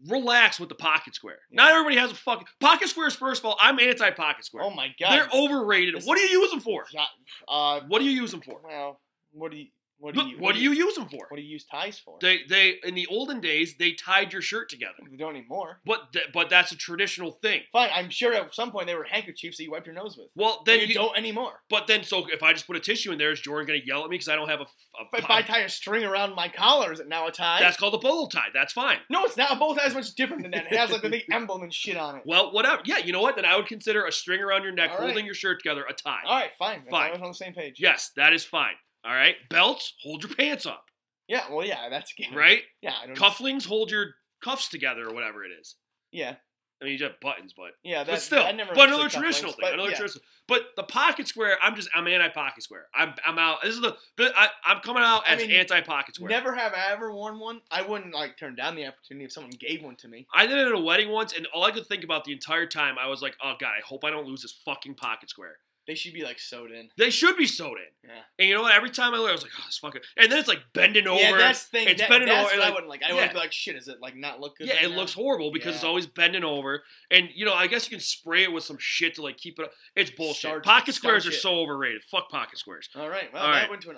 [SPEAKER 2] relax with the pocket square.
[SPEAKER 3] Yeah.
[SPEAKER 2] Not everybody has a fucking pocket squares. First of all, I'm anti pocket square.
[SPEAKER 3] oh my god.
[SPEAKER 2] They're overrated.
[SPEAKER 3] This-
[SPEAKER 2] what do you use them for?
[SPEAKER 3] Yeah, uh,
[SPEAKER 2] What do you use them for?
[SPEAKER 3] well, what do you what do
[SPEAKER 2] Look,
[SPEAKER 3] you
[SPEAKER 2] what do you use them for?
[SPEAKER 3] what do you use ties for?
[SPEAKER 2] They they in the olden days they tied your shirt together.
[SPEAKER 3] They don't anymore.
[SPEAKER 2] But th- but that's a traditional thing.
[SPEAKER 3] Fine, I'm sure at some point they were handkerchiefs that you wiped your nose with.
[SPEAKER 2] Well,
[SPEAKER 3] Then
[SPEAKER 2] then
[SPEAKER 3] you, don't anymore.
[SPEAKER 2] But then, so if I just put a tissue in there, is Jordan going to yell at me because I don't have a, a-
[SPEAKER 3] If I tie a string around my collar, is it now a tie?
[SPEAKER 2] That's called a bolo tie. That's fine.
[SPEAKER 3] no, it's not. Both has much different than that. It has like
[SPEAKER 2] (laughs)
[SPEAKER 3] the big emblem and shit on it.
[SPEAKER 2] Well, whatever. Yeah, you know what? Then I would consider a string around your neck,
[SPEAKER 3] All right.
[SPEAKER 2] holding your shirt together, a tie.
[SPEAKER 3] All right, fine.
[SPEAKER 2] Fine.
[SPEAKER 3] I was on the same page.
[SPEAKER 2] Yes, that is fine. All right. Belts, hold your pants up.
[SPEAKER 3] Yeah. Well, yeah. That's yeah,
[SPEAKER 2] Right.
[SPEAKER 3] Yeah. I don't
[SPEAKER 2] Cufflings, hold your cuffs together, or whatever it is.
[SPEAKER 3] Yeah.
[SPEAKER 2] I mean, you just have buttons, but
[SPEAKER 3] Yeah. That,
[SPEAKER 2] but still,
[SPEAKER 3] I never
[SPEAKER 2] but
[SPEAKER 3] understood
[SPEAKER 2] another
[SPEAKER 3] cufflinks,
[SPEAKER 2] traditional thing,
[SPEAKER 3] but
[SPEAKER 2] another
[SPEAKER 3] yeah.
[SPEAKER 2] traditional. But the pocket square, I'm just I'm anti pocket square. I'm I'm out. This is the, the I, I'm coming out
[SPEAKER 3] I
[SPEAKER 2] as
[SPEAKER 3] mean,
[SPEAKER 2] anti pocket square.
[SPEAKER 3] Never have I ever worn one. I wouldn't like turn down the opportunity if someone gave one to me.
[SPEAKER 2] I did it at a wedding once, and all I could think about the entire time, I was like, oh god, I hope I don't lose this fucking pocket square.
[SPEAKER 3] They should be like sewed in.
[SPEAKER 2] They should be sewed in.
[SPEAKER 3] Yeah.
[SPEAKER 2] And you know what? Every time I look, I was like, oh, this fucking. And then it's like bending over.
[SPEAKER 3] Yeah, that's the thing.
[SPEAKER 2] It's
[SPEAKER 3] that,
[SPEAKER 2] been an
[SPEAKER 3] that's
[SPEAKER 2] hour,
[SPEAKER 3] what
[SPEAKER 2] like-
[SPEAKER 3] I wouldn't like. I
[SPEAKER 2] yeah.
[SPEAKER 3] would be like, shit, is it like not look good?
[SPEAKER 2] Yeah,
[SPEAKER 3] right
[SPEAKER 2] it
[SPEAKER 3] now?
[SPEAKER 2] looks horrible because it's
[SPEAKER 3] Yeah.
[SPEAKER 2] always bending over. And, you know, I guess you can spray it with some shit to, like, keep it up. It's bullshit.
[SPEAKER 3] Starch-
[SPEAKER 2] pocket squares
[SPEAKER 3] starch
[SPEAKER 2] are
[SPEAKER 3] it.
[SPEAKER 2] so overrated. Fuck pocket squares.
[SPEAKER 3] All right. Well,
[SPEAKER 2] All
[SPEAKER 3] that
[SPEAKER 2] right.
[SPEAKER 3] went to an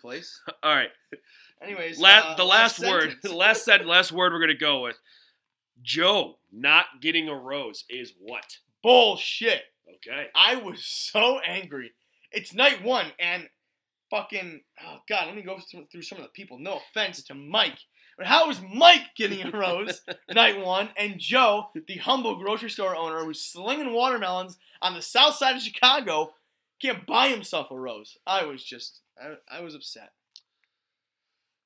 [SPEAKER 2] (laughs)
[SPEAKER 3] place.
[SPEAKER 2] All right.
[SPEAKER 3] Anyways,
[SPEAKER 2] La-
[SPEAKER 3] uh,
[SPEAKER 2] the last, word, (laughs)
[SPEAKER 3] sentence.
[SPEAKER 2] the last, said, last word we're going to go with Joe not getting a rose is what?
[SPEAKER 3] Bullshit.
[SPEAKER 2] Okay.
[SPEAKER 3] I was so angry. It's night one, and fucking oh god, let me go through, through some of the people. No offense to Mike, but how is Mike getting a
[SPEAKER 2] (laughs)
[SPEAKER 3] rose night one, and Joe, the humble grocery store owner who's slinging watermelons on the south side of Chicago, can't buy himself a rose? I was just, I, I was upset.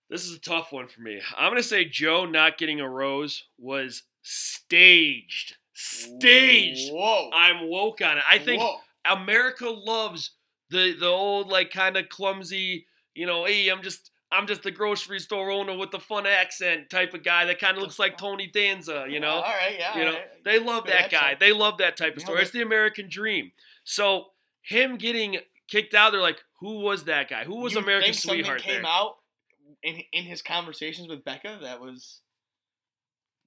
[SPEAKER 2] This is a tough one for me. I'm going to say Joe not getting a rose was staged. Staged.
[SPEAKER 3] Whoa.
[SPEAKER 2] I'm woke on it. I think
[SPEAKER 3] Whoa.
[SPEAKER 2] America loves the the old like kind of clumsy, you know, hey, I'm just I'm just the grocery store owner with the fun accent type of guy that kind of looks like Tony Danza, you
[SPEAKER 3] All
[SPEAKER 2] know.
[SPEAKER 3] right. Oh, Yeah.
[SPEAKER 2] You
[SPEAKER 3] all
[SPEAKER 2] know,
[SPEAKER 3] right.
[SPEAKER 2] they love
[SPEAKER 3] Good
[SPEAKER 2] that guy.
[SPEAKER 3] accent.
[SPEAKER 2] They love that type of
[SPEAKER 3] Yeah,
[SPEAKER 2] story.
[SPEAKER 3] they-
[SPEAKER 2] It's the American dream. So him getting kicked out, they're like, who was that guy? Who was
[SPEAKER 3] You
[SPEAKER 2] American
[SPEAKER 3] think something
[SPEAKER 2] sweetheart
[SPEAKER 3] came
[SPEAKER 2] there?
[SPEAKER 3] out in in his conversations with Becca that was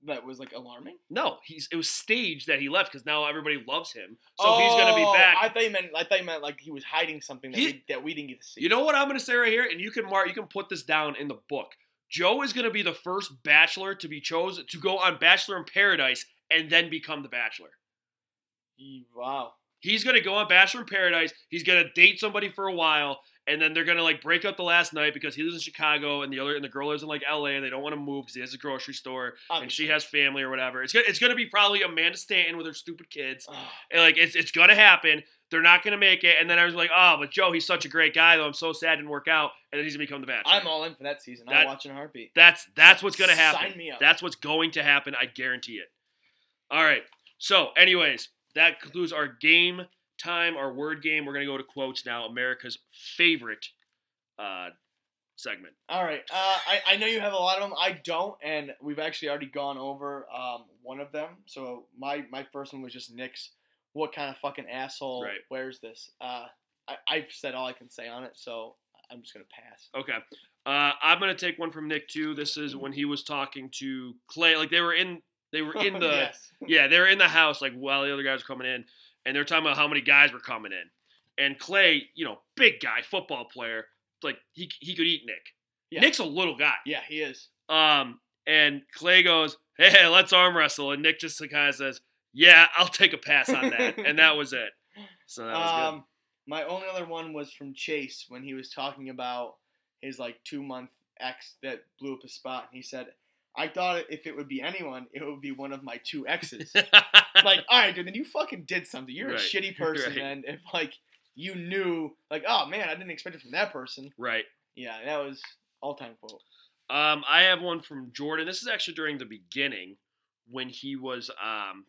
[SPEAKER 3] that was like alarming.
[SPEAKER 2] No, he's it was staged that he left because now everybody loves him, so he's gonna be
[SPEAKER 3] Oh,
[SPEAKER 2] back.
[SPEAKER 3] I thought you meant I thought you meant like he was hiding something that,
[SPEAKER 2] He-
[SPEAKER 3] we, that we didn't get to see.
[SPEAKER 2] You know what I'm gonna say right here, and you can mark, you can put this down in the book. Joe is gonna be the first bachelor to be chosen to go on Bachelor in Paradise and then become the bachelor.
[SPEAKER 3] He- wow.
[SPEAKER 2] He's gonna go on Bachelor in Paradise. He's gonna date somebody for a while, and then they're gonna like break up the last night because he lives in Chicago and the other and the girl lives in like L.A. and they don't want to move because he has a grocery store and she has family or whatever. It's gonna, it's gonna be probably Amanda Stanton with her stupid kids.
[SPEAKER 3] Ugh.
[SPEAKER 2] And, like it's it's gonna happen. They're not gonna make it. And then I was like, oh, but Joe, he's such a great guy though. I'm so sad it didn't work out. And then he's gonna become the bachelor.
[SPEAKER 3] I'm all in for that season.
[SPEAKER 2] That-
[SPEAKER 3] I'm watching a heartbeat.
[SPEAKER 2] that's that's what's gonna happen.
[SPEAKER 3] Sign me up.
[SPEAKER 2] That's what's going to happen. I guarantee it. All right. So, anyways, that concludes our game time, our word game. We're gonna go to quotes now. America's favorite uh, segment.
[SPEAKER 3] All right. Uh, I, I know you have a lot of them. I don't, and we've actually already gone over um, one of them. So my, my first one was just Nick's. What kind of fucking asshole
[SPEAKER 2] Right.
[SPEAKER 3] wears this? Uh, I, I've said all I can say on it, so I'm just going to pass.
[SPEAKER 2] Okay. Uh, I'm gonna take one from Nick too. This
[SPEAKER 3] (laughs)
[SPEAKER 2] is when he was talking to Clay. Like they were in, they
[SPEAKER 3] Oh,
[SPEAKER 2] were
[SPEAKER 3] (laughs)
[SPEAKER 2] in the.
[SPEAKER 3] yes.
[SPEAKER 2] Yeah, they were in the house like while the other guys were coming in, and they're talking about how many guys were coming in. And Clay, you know, big guy, football player, like he he could eat Nick.
[SPEAKER 3] Yeah.
[SPEAKER 2] Nick's a little guy.
[SPEAKER 3] Yeah, he is.
[SPEAKER 2] Um, and Clay goes, "Hey, let's arm wrestle," and Nick just kind of says, "Yeah, I'll take a pass on that," and that was it. So that was
[SPEAKER 3] (laughs) um, My only other one was from Chase when he was talking about his like two month ex that blew up his spot, and he said, "I thought if it would be anyone, it would be one of my two exes."
[SPEAKER 2] good. (laughs)
[SPEAKER 3] like, all right, dude, then you fucking did something. You're
[SPEAKER 2] Right. (laughs)
[SPEAKER 3] a shitty person,
[SPEAKER 2] Right.
[SPEAKER 3] man. If like you knew, like, oh man, I didn't expect it from that person.
[SPEAKER 2] right.
[SPEAKER 3] Yeah, that was all time quote.
[SPEAKER 2] Um, I have one from Jordan. This is actually during the beginning when he was um,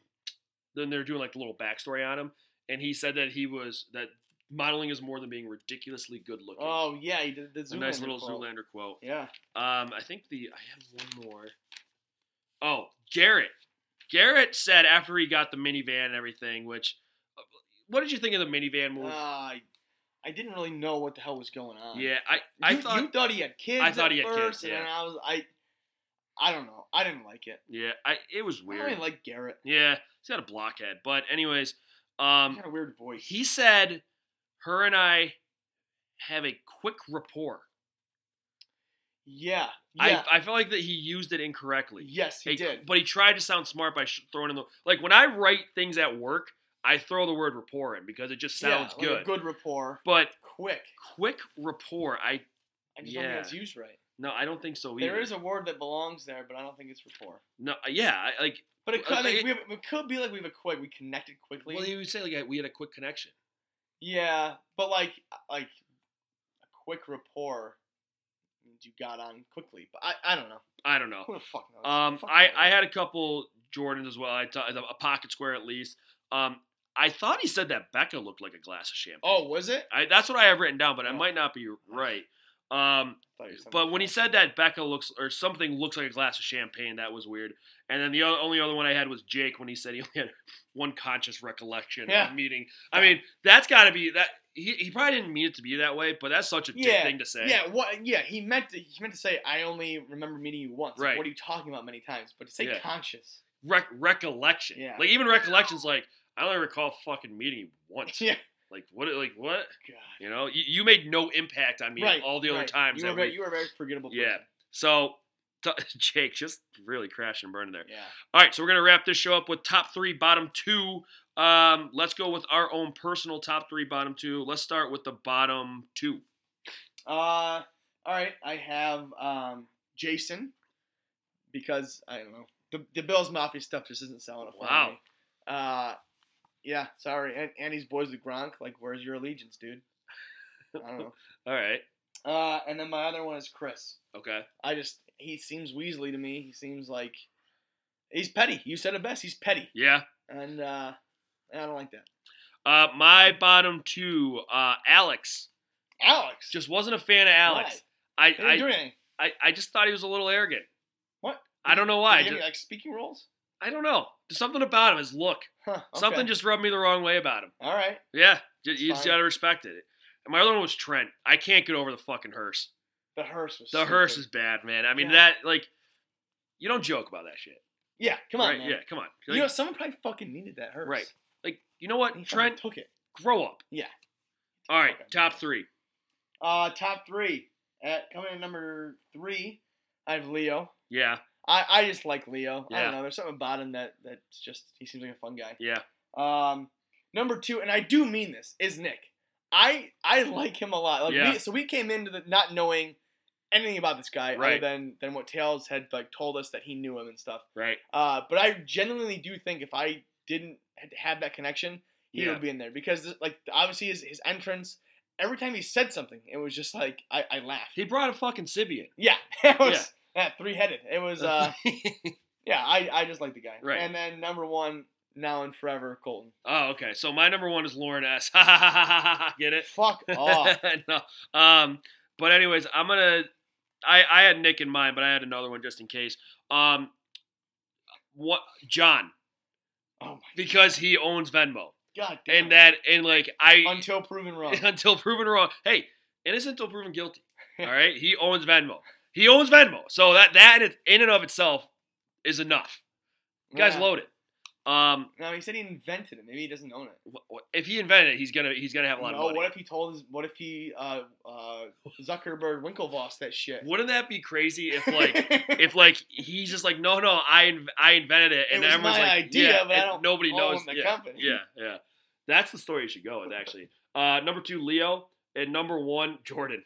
[SPEAKER 2] then they're doing like the little backstory on him, and he said that he was that modeling is more than being ridiculously good looking.
[SPEAKER 3] Oh yeah, he did the
[SPEAKER 2] a
[SPEAKER 3] Zoolander
[SPEAKER 2] nice little
[SPEAKER 3] quote.
[SPEAKER 2] Zoolander quote.
[SPEAKER 3] Yeah.
[SPEAKER 2] Um, I think the I have one more. Oh, Garrett. Garrett said after he got the minivan and everything, which uh, what did you think of the minivan
[SPEAKER 3] Uh,
[SPEAKER 2] move?
[SPEAKER 3] I, I didn't really know what the hell was going on.
[SPEAKER 2] yeah, I I
[SPEAKER 3] you,
[SPEAKER 2] thought
[SPEAKER 3] you thought he had kids.
[SPEAKER 2] I thought
[SPEAKER 3] at
[SPEAKER 2] he had kids,
[SPEAKER 3] first,
[SPEAKER 2] yeah.
[SPEAKER 3] And then I was I, I don't know. I didn't like it.
[SPEAKER 2] yeah, I it was
[SPEAKER 3] I
[SPEAKER 2] weird.
[SPEAKER 3] really like Garrett.
[SPEAKER 2] yeah, he's got a blockhead, but anyways,
[SPEAKER 3] He's
[SPEAKER 2] um,
[SPEAKER 3] got a weird voice.
[SPEAKER 2] he said her and I have a quick rapport.
[SPEAKER 3] yeah. Yeah.
[SPEAKER 2] I I felt like that he used it incorrectly.
[SPEAKER 3] yes, he
[SPEAKER 2] A-
[SPEAKER 3] did.
[SPEAKER 2] But he tried to sound smart by sh- throwing in the like when I write things at work, I throw the word rapport in because it just sounds
[SPEAKER 3] yeah, like
[SPEAKER 2] good.
[SPEAKER 3] a good rapport.
[SPEAKER 2] But
[SPEAKER 3] Quick.
[SPEAKER 2] quick rapport, I
[SPEAKER 3] I just don't
[SPEAKER 2] Yeah.
[SPEAKER 3] think it's used right.
[SPEAKER 2] no, I don't think so either.
[SPEAKER 3] There is a word that belongs there, but I don't think it's rapport.
[SPEAKER 2] no, uh, yeah, I, like
[SPEAKER 3] But it could, I
[SPEAKER 2] Okay,
[SPEAKER 3] mean,
[SPEAKER 2] it-
[SPEAKER 3] we have, it could be like we have a quick, we connected quickly.
[SPEAKER 2] well, you would say like uh, we had a quick connection.
[SPEAKER 3] yeah, but like like a quick rapport means you got on quickly. But I, I don't know.
[SPEAKER 2] I don't know.
[SPEAKER 3] Who the fuck knows?
[SPEAKER 2] Um,
[SPEAKER 3] Fuck
[SPEAKER 2] I,
[SPEAKER 3] knows.
[SPEAKER 2] I had a couple Jordans as well. I thought a pocket square at least. Um, I thought he said that Becca looked like a glass of champagne.
[SPEAKER 3] Oh, was it?
[SPEAKER 2] I, that's what I have written down, but I
[SPEAKER 3] Oh.
[SPEAKER 2] might not be right. Um,
[SPEAKER 3] Thought you were something
[SPEAKER 2] but when he
[SPEAKER 3] else.
[SPEAKER 2] said that Becca looks or something looks like a glass of champagne, that was weird. And then the o- only other one I had was Jake when he said he only had (laughs) one conscious recollection
[SPEAKER 3] Yeah.
[SPEAKER 2] of meeting. I
[SPEAKER 3] Yeah.
[SPEAKER 2] mean, that's got to be that. He, he probably didn't mean it to be that way, but that's such a dick
[SPEAKER 3] Yeah,
[SPEAKER 2] thing to say.
[SPEAKER 3] Yeah, what? Yeah, he meant to, he meant to say I only remember meeting you once. Like,
[SPEAKER 2] Right.
[SPEAKER 3] what are you talking about? Many times, but to say
[SPEAKER 2] Yeah.
[SPEAKER 3] conscious. (laughs)
[SPEAKER 2] Rec- recollection.
[SPEAKER 3] Yeah.
[SPEAKER 2] Like even recollections, like I only recall fucking meeting you once.
[SPEAKER 3] Yeah.
[SPEAKER 2] Like what? Like what?
[SPEAKER 3] God.
[SPEAKER 2] You know, you, you made no impact on me
[SPEAKER 3] right.
[SPEAKER 2] all the other
[SPEAKER 3] right.
[SPEAKER 2] times.
[SPEAKER 3] you were
[SPEAKER 2] that
[SPEAKER 3] very,
[SPEAKER 2] we-
[SPEAKER 3] you were a very forgettable.
[SPEAKER 2] Yeah.
[SPEAKER 3] person.
[SPEAKER 2] so t- (laughs) Jake just really crashing and burning there.
[SPEAKER 3] Yeah.
[SPEAKER 2] All right, so we're gonna wrap this show up with top three, bottom two. Um, let's go with our own personal top three, bottom two. Let's start with the bottom two.
[SPEAKER 3] Uh, all right. I have um, Jason because I don't know the the Bills Mafia stuff just isn't selling it for
[SPEAKER 2] Wow.
[SPEAKER 3] me. Uh, yeah. Sorry. And and these boys with Gronk. Like, where's your allegiance, dude? I
[SPEAKER 2] (laughs)
[SPEAKER 3] don't know.
[SPEAKER 2] All right.
[SPEAKER 3] Uh, and then my other one is Chris.
[SPEAKER 2] Okay.
[SPEAKER 3] I just he seems Weasley to me. He seems like he's petty. You said it best. He's petty,
[SPEAKER 2] Yeah.
[SPEAKER 3] and uh, I don't like that.
[SPEAKER 2] Uh, my bottom two. Uh, Alex
[SPEAKER 3] Alex,
[SPEAKER 2] just wasn't a fan of Alex.
[SPEAKER 3] why? He didn't
[SPEAKER 2] I,
[SPEAKER 3] do anything.
[SPEAKER 2] I I I just thought he was a little arrogant.
[SPEAKER 3] What?
[SPEAKER 2] I don't know why.
[SPEAKER 3] Did he
[SPEAKER 2] Just-
[SPEAKER 3] get any, like speaking roles?
[SPEAKER 2] I don't know. There's something about him. His look.
[SPEAKER 3] Huh, okay.
[SPEAKER 2] Something just rubbed me the wrong way about him.
[SPEAKER 3] All right.
[SPEAKER 2] Yeah. You,
[SPEAKER 3] It's
[SPEAKER 2] you just
[SPEAKER 3] fine.
[SPEAKER 2] gotta respect it. And my other one was Trent. I can't get over the fucking hearse.
[SPEAKER 3] The hearse was.
[SPEAKER 2] The
[SPEAKER 3] stupid.
[SPEAKER 2] hearse is bad, man. I mean
[SPEAKER 3] Yeah.
[SPEAKER 2] that like you don't joke about that shit.
[SPEAKER 3] Yeah, come on,
[SPEAKER 2] right?
[SPEAKER 3] man.
[SPEAKER 2] Yeah, come on. Like,
[SPEAKER 3] you know, someone probably fucking needed that hurts.
[SPEAKER 2] Right. like, you know what,
[SPEAKER 3] He fucking
[SPEAKER 2] Trent?
[SPEAKER 3] took it.
[SPEAKER 2] Grow up.
[SPEAKER 3] Yeah.
[SPEAKER 2] All right,
[SPEAKER 3] Okay.
[SPEAKER 2] top three.
[SPEAKER 3] Uh, top three. At coming in number three, I have Leo.
[SPEAKER 2] Yeah,
[SPEAKER 3] I, I just like Leo. I
[SPEAKER 2] Yeah.
[SPEAKER 3] don't know. There's something about him that that's just he seems like a fun guy.
[SPEAKER 2] yeah,
[SPEAKER 3] Um, number two, and I do mean this, is Nick. I I like him a lot. Like
[SPEAKER 2] Yeah.
[SPEAKER 3] we, so we came into the not knowing anything about this guy
[SPEAKER 2] Right.
[SPEAKER 3] other than than what Tails had like told us that he knew him and stuff.
[SPEAKER 2] right.
[SPEAKER 3] Uh, but I genuinely do think if I didn't have that connection, he
[SPEAKER 2] Yeah.
[SPEAKER 3] would be in there because like obviously his, his entrance. Every time he said something, it was just like I, I laughed.
[SPEAKER 2] He brought a fucking Sibian.
[SPEAKER 3] Yeah, (laughs) it was three headed. It
[SPEAKER 2] (laughs)
[SPEAKER 3] was uh, yeah. I, I just like the guy.
[SPEAKER 2] Right.
[SPEAKER 3] And then number one, now and forever, Colton.
[SPEAKER 2] oh, okay. So my number one is Lauren S. (laughs) Ha ha ha ha ha ha. Get it? (laughs)
[SPEAKER 3] Fuck off.
[SPEAKER 2] no. Um, but anyways, I'm gonna. I I had Nick in mind, but I had another one just in case. Um, what John?
[SPEAKER 3] Oh my
[SPEAKER 2] Because he owns Venmo,
[SPEAKER 3] god. Damn.
[SPEAKER 2] and that and like I
[SPEAKER 3] until proven
[SPEAKER 2] (laughs)
[SPEAKER 3] wrong.
[SPEAKER 2] until proven wrong. Hey, innocent until proven guilty. All right, he owns Venmo. He owns Venmo. So that that in- in and of itself is enough. You guys,
[SPEAKER 3] Yeah.
[SPEAKER 2] loaded. Um,
[SPEAKER 3] No, he said he invented it. Maybe he doesn't own it.
[SPEAKER 2] wh- wh- if he invented it, he's gonna he's gonna have a lot
[SPEAKER 3] No,
[SPEAKER 2] of money.
[SPEAKER 3] what if he told his? What if he uh,
[SPEAKER 2] (laughs)
[SPEAKER 3] uh, Zuckerberg Winklevoss that shit?
[SPEAKER 2] Wouldn't that be crazy
[SPEAKER 3] (laughs)
[SPEAKER 2] if like if like he's just like no no I inv- I invented it and
[SPEAKER 3] It was
[SPEAKER 2] everyone's
[SPEAKER 3] my
[SPEAKER 2] like
[SPEAKER 3] idea,
[SPEAKER 2] yeah
[SPEAKER 3] but I
[SPEAKER 2] and
[SPEAKER 3] don't
[SPEAKER 2] nobody
[SPEAKER 3] own
[SPEAKER 2] knows
[SPEAKER 3] the
[SPEAKER 2] yeah,
[SPEAKER 3] company.
[SPEAKER 2] yeah yeah that's the story you should go with actually uh number two Leo and number one Jordan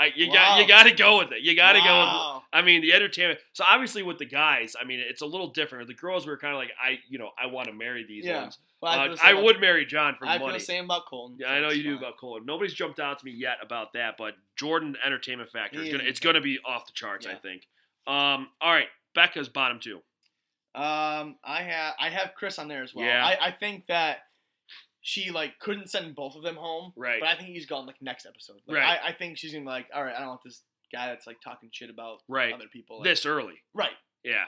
[SPEAKER 2] I you got
[SPEAKER 3] Wow.
[SPEAKER 2] you got to go with it you got to go with
[SPEAKER 3] wow.
[SPEAKER 2] I mean, the entertainment. So obviously, with the guys, I mean, it's a little different. The girls were kind of like, I, you know, I want to marry these
[SPEAKER 3] Yeah.
[SPEAKER 2] ones.
[SPEAKER 3] Well,
[SPEAKER 2] Uh,
[SPEAKER 3] feel the
[SPEAKER 2] I
[SPEAKER 3] same about-
[SPEAKER 2] would marry John for the
[SPEAKER 3] I feel
[SPEAKER 2] money.
[SPEAKER 3] the same about Colton.
[SPEAKER 2] Yeah, I know
[SPEAKER 3] It's
[SPEAKER 2] you do
[SPEAKER 3] fine.
[SPEAKER 2] about Cole. Nobody's jumped out to me yet about that, but Jordan entertainment factor is
[SPEAKER 3] He
[SPEAKER 2] gonna,
[SPEAKER 3] is
[SPEAKER 2] it's going to be off the charts, I
[SPEAKER 3] Yeah.
[SPEAKER 2] think. Um, all right, Becca's bottom two.
[SPEAKER 3] Um, I have I have Chris on there as well.
[SPEAKER 2] Yeah.
[SPEAKER 3] I, I think that she like couldn't send both of them home,
[SPEAKER 2] Right.
[SPEAKER 3] but I think he's gone like next episode. Like,
[SPEAKER 2] Right.
[SPEAKER 3] I, I think she's gonna be like, all right, I don't want this guy that's like talking shit about
[SPEAKER 2] Right.
[SPEAKER 3] other people. Like,
[SPEAKER 2] This early.
[SPEAKER 3] right.
[SPEAKER 2] Yeah.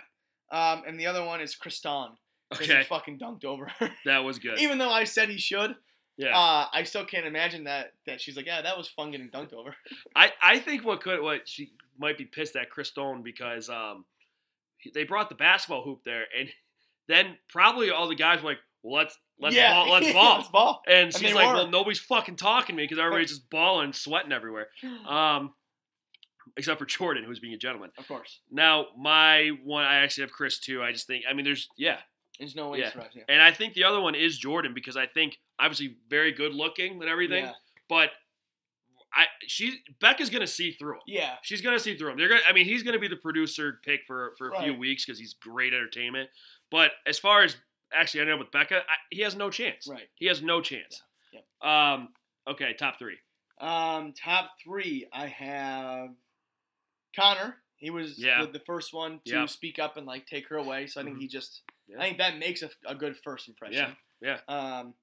[SPEAKER 3] Um, and the other one is Kristan. 'cause he
[SPEAKER 2] Okay.
[SPEAKER 3] fucking dunked over
[SPEAKER 2] (laughs)
[SPEAKER 3] her.
[SPEAKER 2] That was good.
[SPEAKER 3] Even though I said he should,
[SPEAKER 2] Yeah.
[SPEAKER 3] uh, I still can't imagine that that she's like, yeah, that was fun getting dunked over.
[SPEAKER 2] I, I think what could what she might be pissed at Chris Stone because um he- they brought the basketball hoop there and then probably all the guys were like well, let's let's
[SPEAKER 3] (laughs) yeah,
[SPEAKER 2] ball, let's ball
[SPEAKER 3] let's ball.
[SPEAKER 2] and she's
[SPEAKER 3] they
[SPEAKER 2] like
[SPEAKER 3] were.
[SPEAKER 2] well nobody's fucking talking to me because everybody's just balling and sweating everywhere um except for Jordan who's being a gentleman
[SPEAKER 3] Of course,
[SPEAKER 2] now my one I actually have Chris too I just think I mean there's yeah
[SPEAKER 3] there's no way
[SPEAKER 2] Yeah.
[SPEAKER 3] to survive. Yeah.
[SPEAKER 2] and I think the other one is Jordan because I think obviously very good looking and everything
[SPEAKER 3] Yeah.
[SPEAKER 2] but I she Becca's gonna see through it.
[SPEAKER 3] yeah.
[SPEAKER 2] She's gonna see through him. They're gonna. I mean, he's gonna be the producer pick for for a few
[SPEAKER 3] Right.
[SPEAKER 2] weeks because he's great entertainment. But as far as actually ending up with Becca, I, he has no chance.
[SPEAKER 3] Right.
[SPEAKER 2] He has no chance.
[SPEAKER 3] Yeah.
[SPEAKER 2] Um. Okay. Top three.
[SPEAKER 3] Um, top three, I have Connor. He was
[SPEAKER 2] Yeah.
[SPEAKER 3] the, the first one to
[SPEAKER 2] Yeah.
[SPEAKER 3] speak up and like take her away. So I think
[SPEAKER 2] Mhm.
[SPEAKER 3] he just,
[SPEAKER 2] Yeah.
[SPEAKER 3] I think that makes a, a good first impression.
[SPEAKER 2] Yeah,
[SPEAKER 3] Um,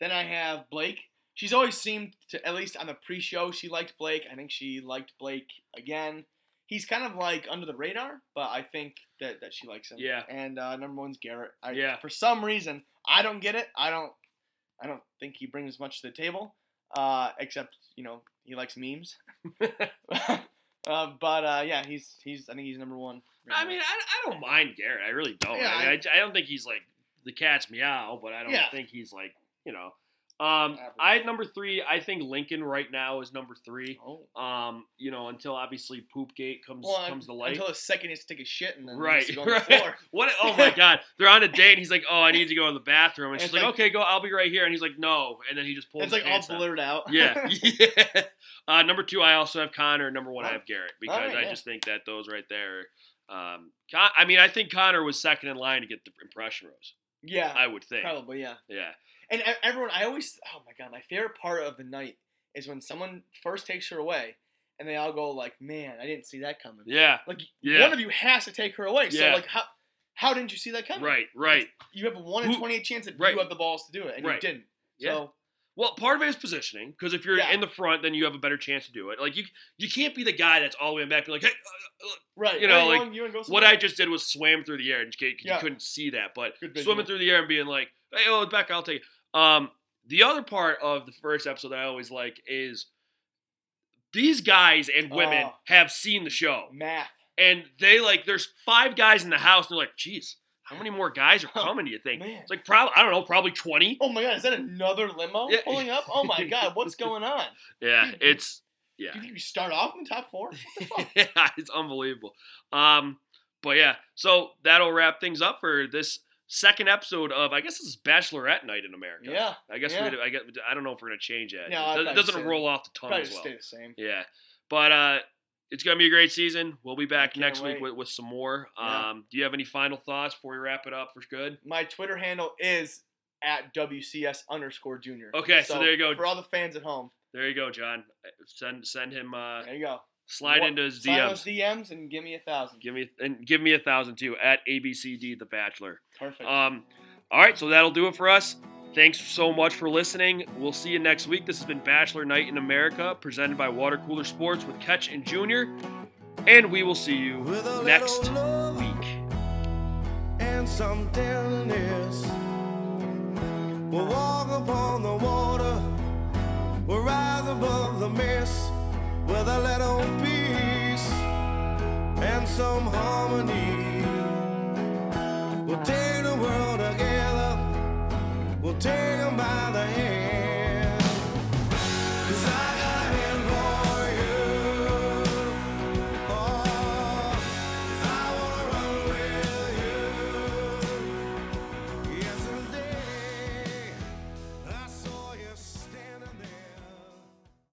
[SPEAKER 3] then I have Blake. She's always seemed to, at least on the pre-show, she liked Blake. I think she liked Blake again. He's kind of like under the radar, but I think that, that she likes him.
[SPEAKER 2] Yeah.
[SPEAKER 3] And uh, number one's Garrett. I,
[SPEAKER 2] Yeah.
[SPEAKER 3] For some reason, I don't get it. I don't. I don't think he brings much to the table, uh, except you know he likes memes. (laughs) uh, but uh, yeah, he's he's. I think he's number one. right
[SPEAKER 2] I
[SPEAKER 3] now.
[SPEAKER 2] mean, I, I don't mind Garrett. I really don't.
[SPEAKER 3] Yeah,
[SPEAKER 2] I, mean, I, I don't think he's like the cat's meow, but I don't
[SPEAKER 3] Yeah.
[SPEAKER 2] think he's like you know. Um.
[SPEAKER 3] Average.
[SPEAKER 2] I had number three. I think Lincoln right now is number three.
[SPEAKER 3] oh.
[SPEAKER 2] Um. You know, until obviously Poopgate comes
[SPEAKER 3] Well,
[SPEAKER 2] comes to light.
[SPEAKER 3] until the second he has to take a shit and then he has
[SPEAKER 2] Right,
[SPEAKER 3] to go on
[SPEAKER 2] (laughs)
[SPEAKER 3] the
[SPEAKER 2] right.
[SPEAKER 3] floor.
[SPEAKER 2] What? Oh
[SPEAKER 3] (laughs)
[SPEAKER 2] my God! They're on a date, and he's like, "Oh, I need to go in the bathroom," and
[SPEAKER 3] It's
[SPEAKER 2] she's like,
[SPEAKER 3] like-
[SPEAKER 2] "Okay, go. I'll be right here." And he's like, "No," and then he just pulls.
[SPEAKER 3] It's
[SPEAKER 2] his
[SPEAKER 3] like all
[SPEAKER 2] pants down.
[SPEAKER 3] blurred out.
[SPEAKER 2] Yeah. yeah. Uh, number two, I also have Connor. Number one, I
[SPEAKER 3] Huh?
[SPEAKER 2] have Garrett because
[SPEAKER 3] Alright,
[SPEAKER 2] I
[SPEAKER 3] yeah.
[SPEAKER 2] just think that those right there. Um, Con- I mean, I think Connor was second in line to get the impression rose.
[SPEAKER 3] (laughs) yeah.
[SPEAKER 2] I would think.
[SPEAKER 3] Probably, yeah.
[SPEAKER 2] Yeah.
[SPEAKER 3] And e- everyone, I always, oh my god, my favorite part of the night is when someone first takes her away, and they all go like, "Man, I didn't see that coming."
[SPEAKER 2] Yeah.
[SPEAKER 3] Like
[SPEAKER 2] Yeah.
[SPEAKER 3] one of you has to take her away. So
[SPEAKER 2] Yeah.
[SPEAKER 3] like, how how didn't you see that coming?
[SPEAKER 2] Right. Right.
[SPEAKER 3] You have a one in
[SPEAKER 2] Who-
[SPEAKER 3] twenty eight chance that
[SPEAKER 2] right.
[SPEAKER 3] you have the balls to do it, and
[SPEAKER 2] Right.
[SPEAKER 3] you didn't.
[SPEAKER 2] Yeah.
[SPEAKER 3] So
[SPEAKER 2] Well, part of it is positioning because if you're
[SPEAKER 3] Yeah.
[SPEAKER 2] in the front, then you have a better chance to do it. Like you, you can't be the guy that's all the way in back, be like, "Hey, uh, uh,
[SPEAKER 3] right,
[SPEAKER 2] You know,
[SPEAKER 3] Hey,
[SPEAKER 2] like,
[SPEAKER 3] wanna- wanna go
[SPEAKER 2] What
[SPEAKER 3] somewhere?
[SPEAKER 2] I just did was swam through the air, and you, can't- 'cause you
[SPEAKER 3] Yeah.
[SPEAKER 2] couldn't see that. But
[SPEAKER 3] Good visual.
[SPEAKER 2] swimming through the air and being like, "Hey, oh, back, I'll take." It. Um, the other part of the first episode that I always like is these guys and women
[SPEAKER 3] Oh.
[SPEAKER 2] have seen the show,
[SPEAKER 3] math.
[SPEAKER 2] and they like. There's five guys in the house, and they're like, "Geez, How many more guys are coming? Do you think?
[SPEAKER 3] Man.
[SPEAKER 2] It's like probably I don't know, probably twenty.
[SPEAKER 3] Oh my god, is that another limo
[SPEAKER 2] Yeah.
[SPEAKER 3] pulling up? Oh my
[SPEAKER 2] (laughs)
[SPEAKER 3] god, what's going on?
[SPEAKER 2] Yeah, it's (laughs) yeah.
[SPEAKER 3] Do you think we start off in
[SPEAKER 2] (laughs)
[SPEAKER 3] top four?
[SPEAKER 2] yeah, it's unbelievable. Um, but yeah, so that'll wrap things up for this second episode of I guess this is Bachelorette Night in America.
[SPEAKER 3] Yeah,
[SPEAKER 2] I guess
[SPEAKER 3] yeah.
[SPEAKER 2] we. I guess I don't know if we're gonna change that.
[SPEAKER 3] No, I'd
[SPEAKER 2] it does-
[SPEAKER 3] probably
[SPEAKER 2] doesn't
[SPEAKER 3] say-
[SPEAKER 2] roll off the tongue
[SPEAKER 3] probably
[SPEAKER 2] as
[SPEAKER 3] just
[SPEAKER 2] well.
[SPEAKER 3] stay the same.
[SPEAKER 2] Yeah, but uh, it's gonna be a great season. We'll be back
[SPEAKER 3] can't
[SPEAKER 2] next
[SPEAKER 3] wait.
[SPEAKER 2] week with, with some more.
[SPEAKER 3] Yeah.
[SPEAKER 2] Um, do you have any final thoughts before we wrap it up for good?
[SPEAKER 3] My Twitter handle is at WCS underscore junior.
[SPEAKER 2] Okay, so there you go.
[SPEAKER 3] For all the fans at home,
[SPEAKER 2] There you go, John. Uh, Send send him uh,
[SPEAKER 3] there you go.
[SPEAKER 2] slide
[SPEAKER 3] What-
[SPEAKER 2] into his
[SPEAKER 3] Sign
[SPEAKER 2] DMs.
[SPEAKER 3] those DMs and give me a thousand.
[SPEAKER 2] Give me and give me a thousand too at ABCD The Bachelor.
[SPEAKER 3] Perfect.
[SPEAKER 2] Um, all right, so that'll do it for us. Thanks so much for listening. We'll see you next week. This has been Bachelor Night in America, presented by Water Cooler Sports with Ketch and Junior, and we will see you
[SPEAKER 1] With a
[SPEAKER 2] next
[SPEAKER 1] little love
[SPEAKER 2] week.
[SPEAKER 1] and some tenderness. We'll walk upon the water, we'll rise above the mist with a little peace and some harmony. We'll take the world together, we'll take 'em by the hand. Oh.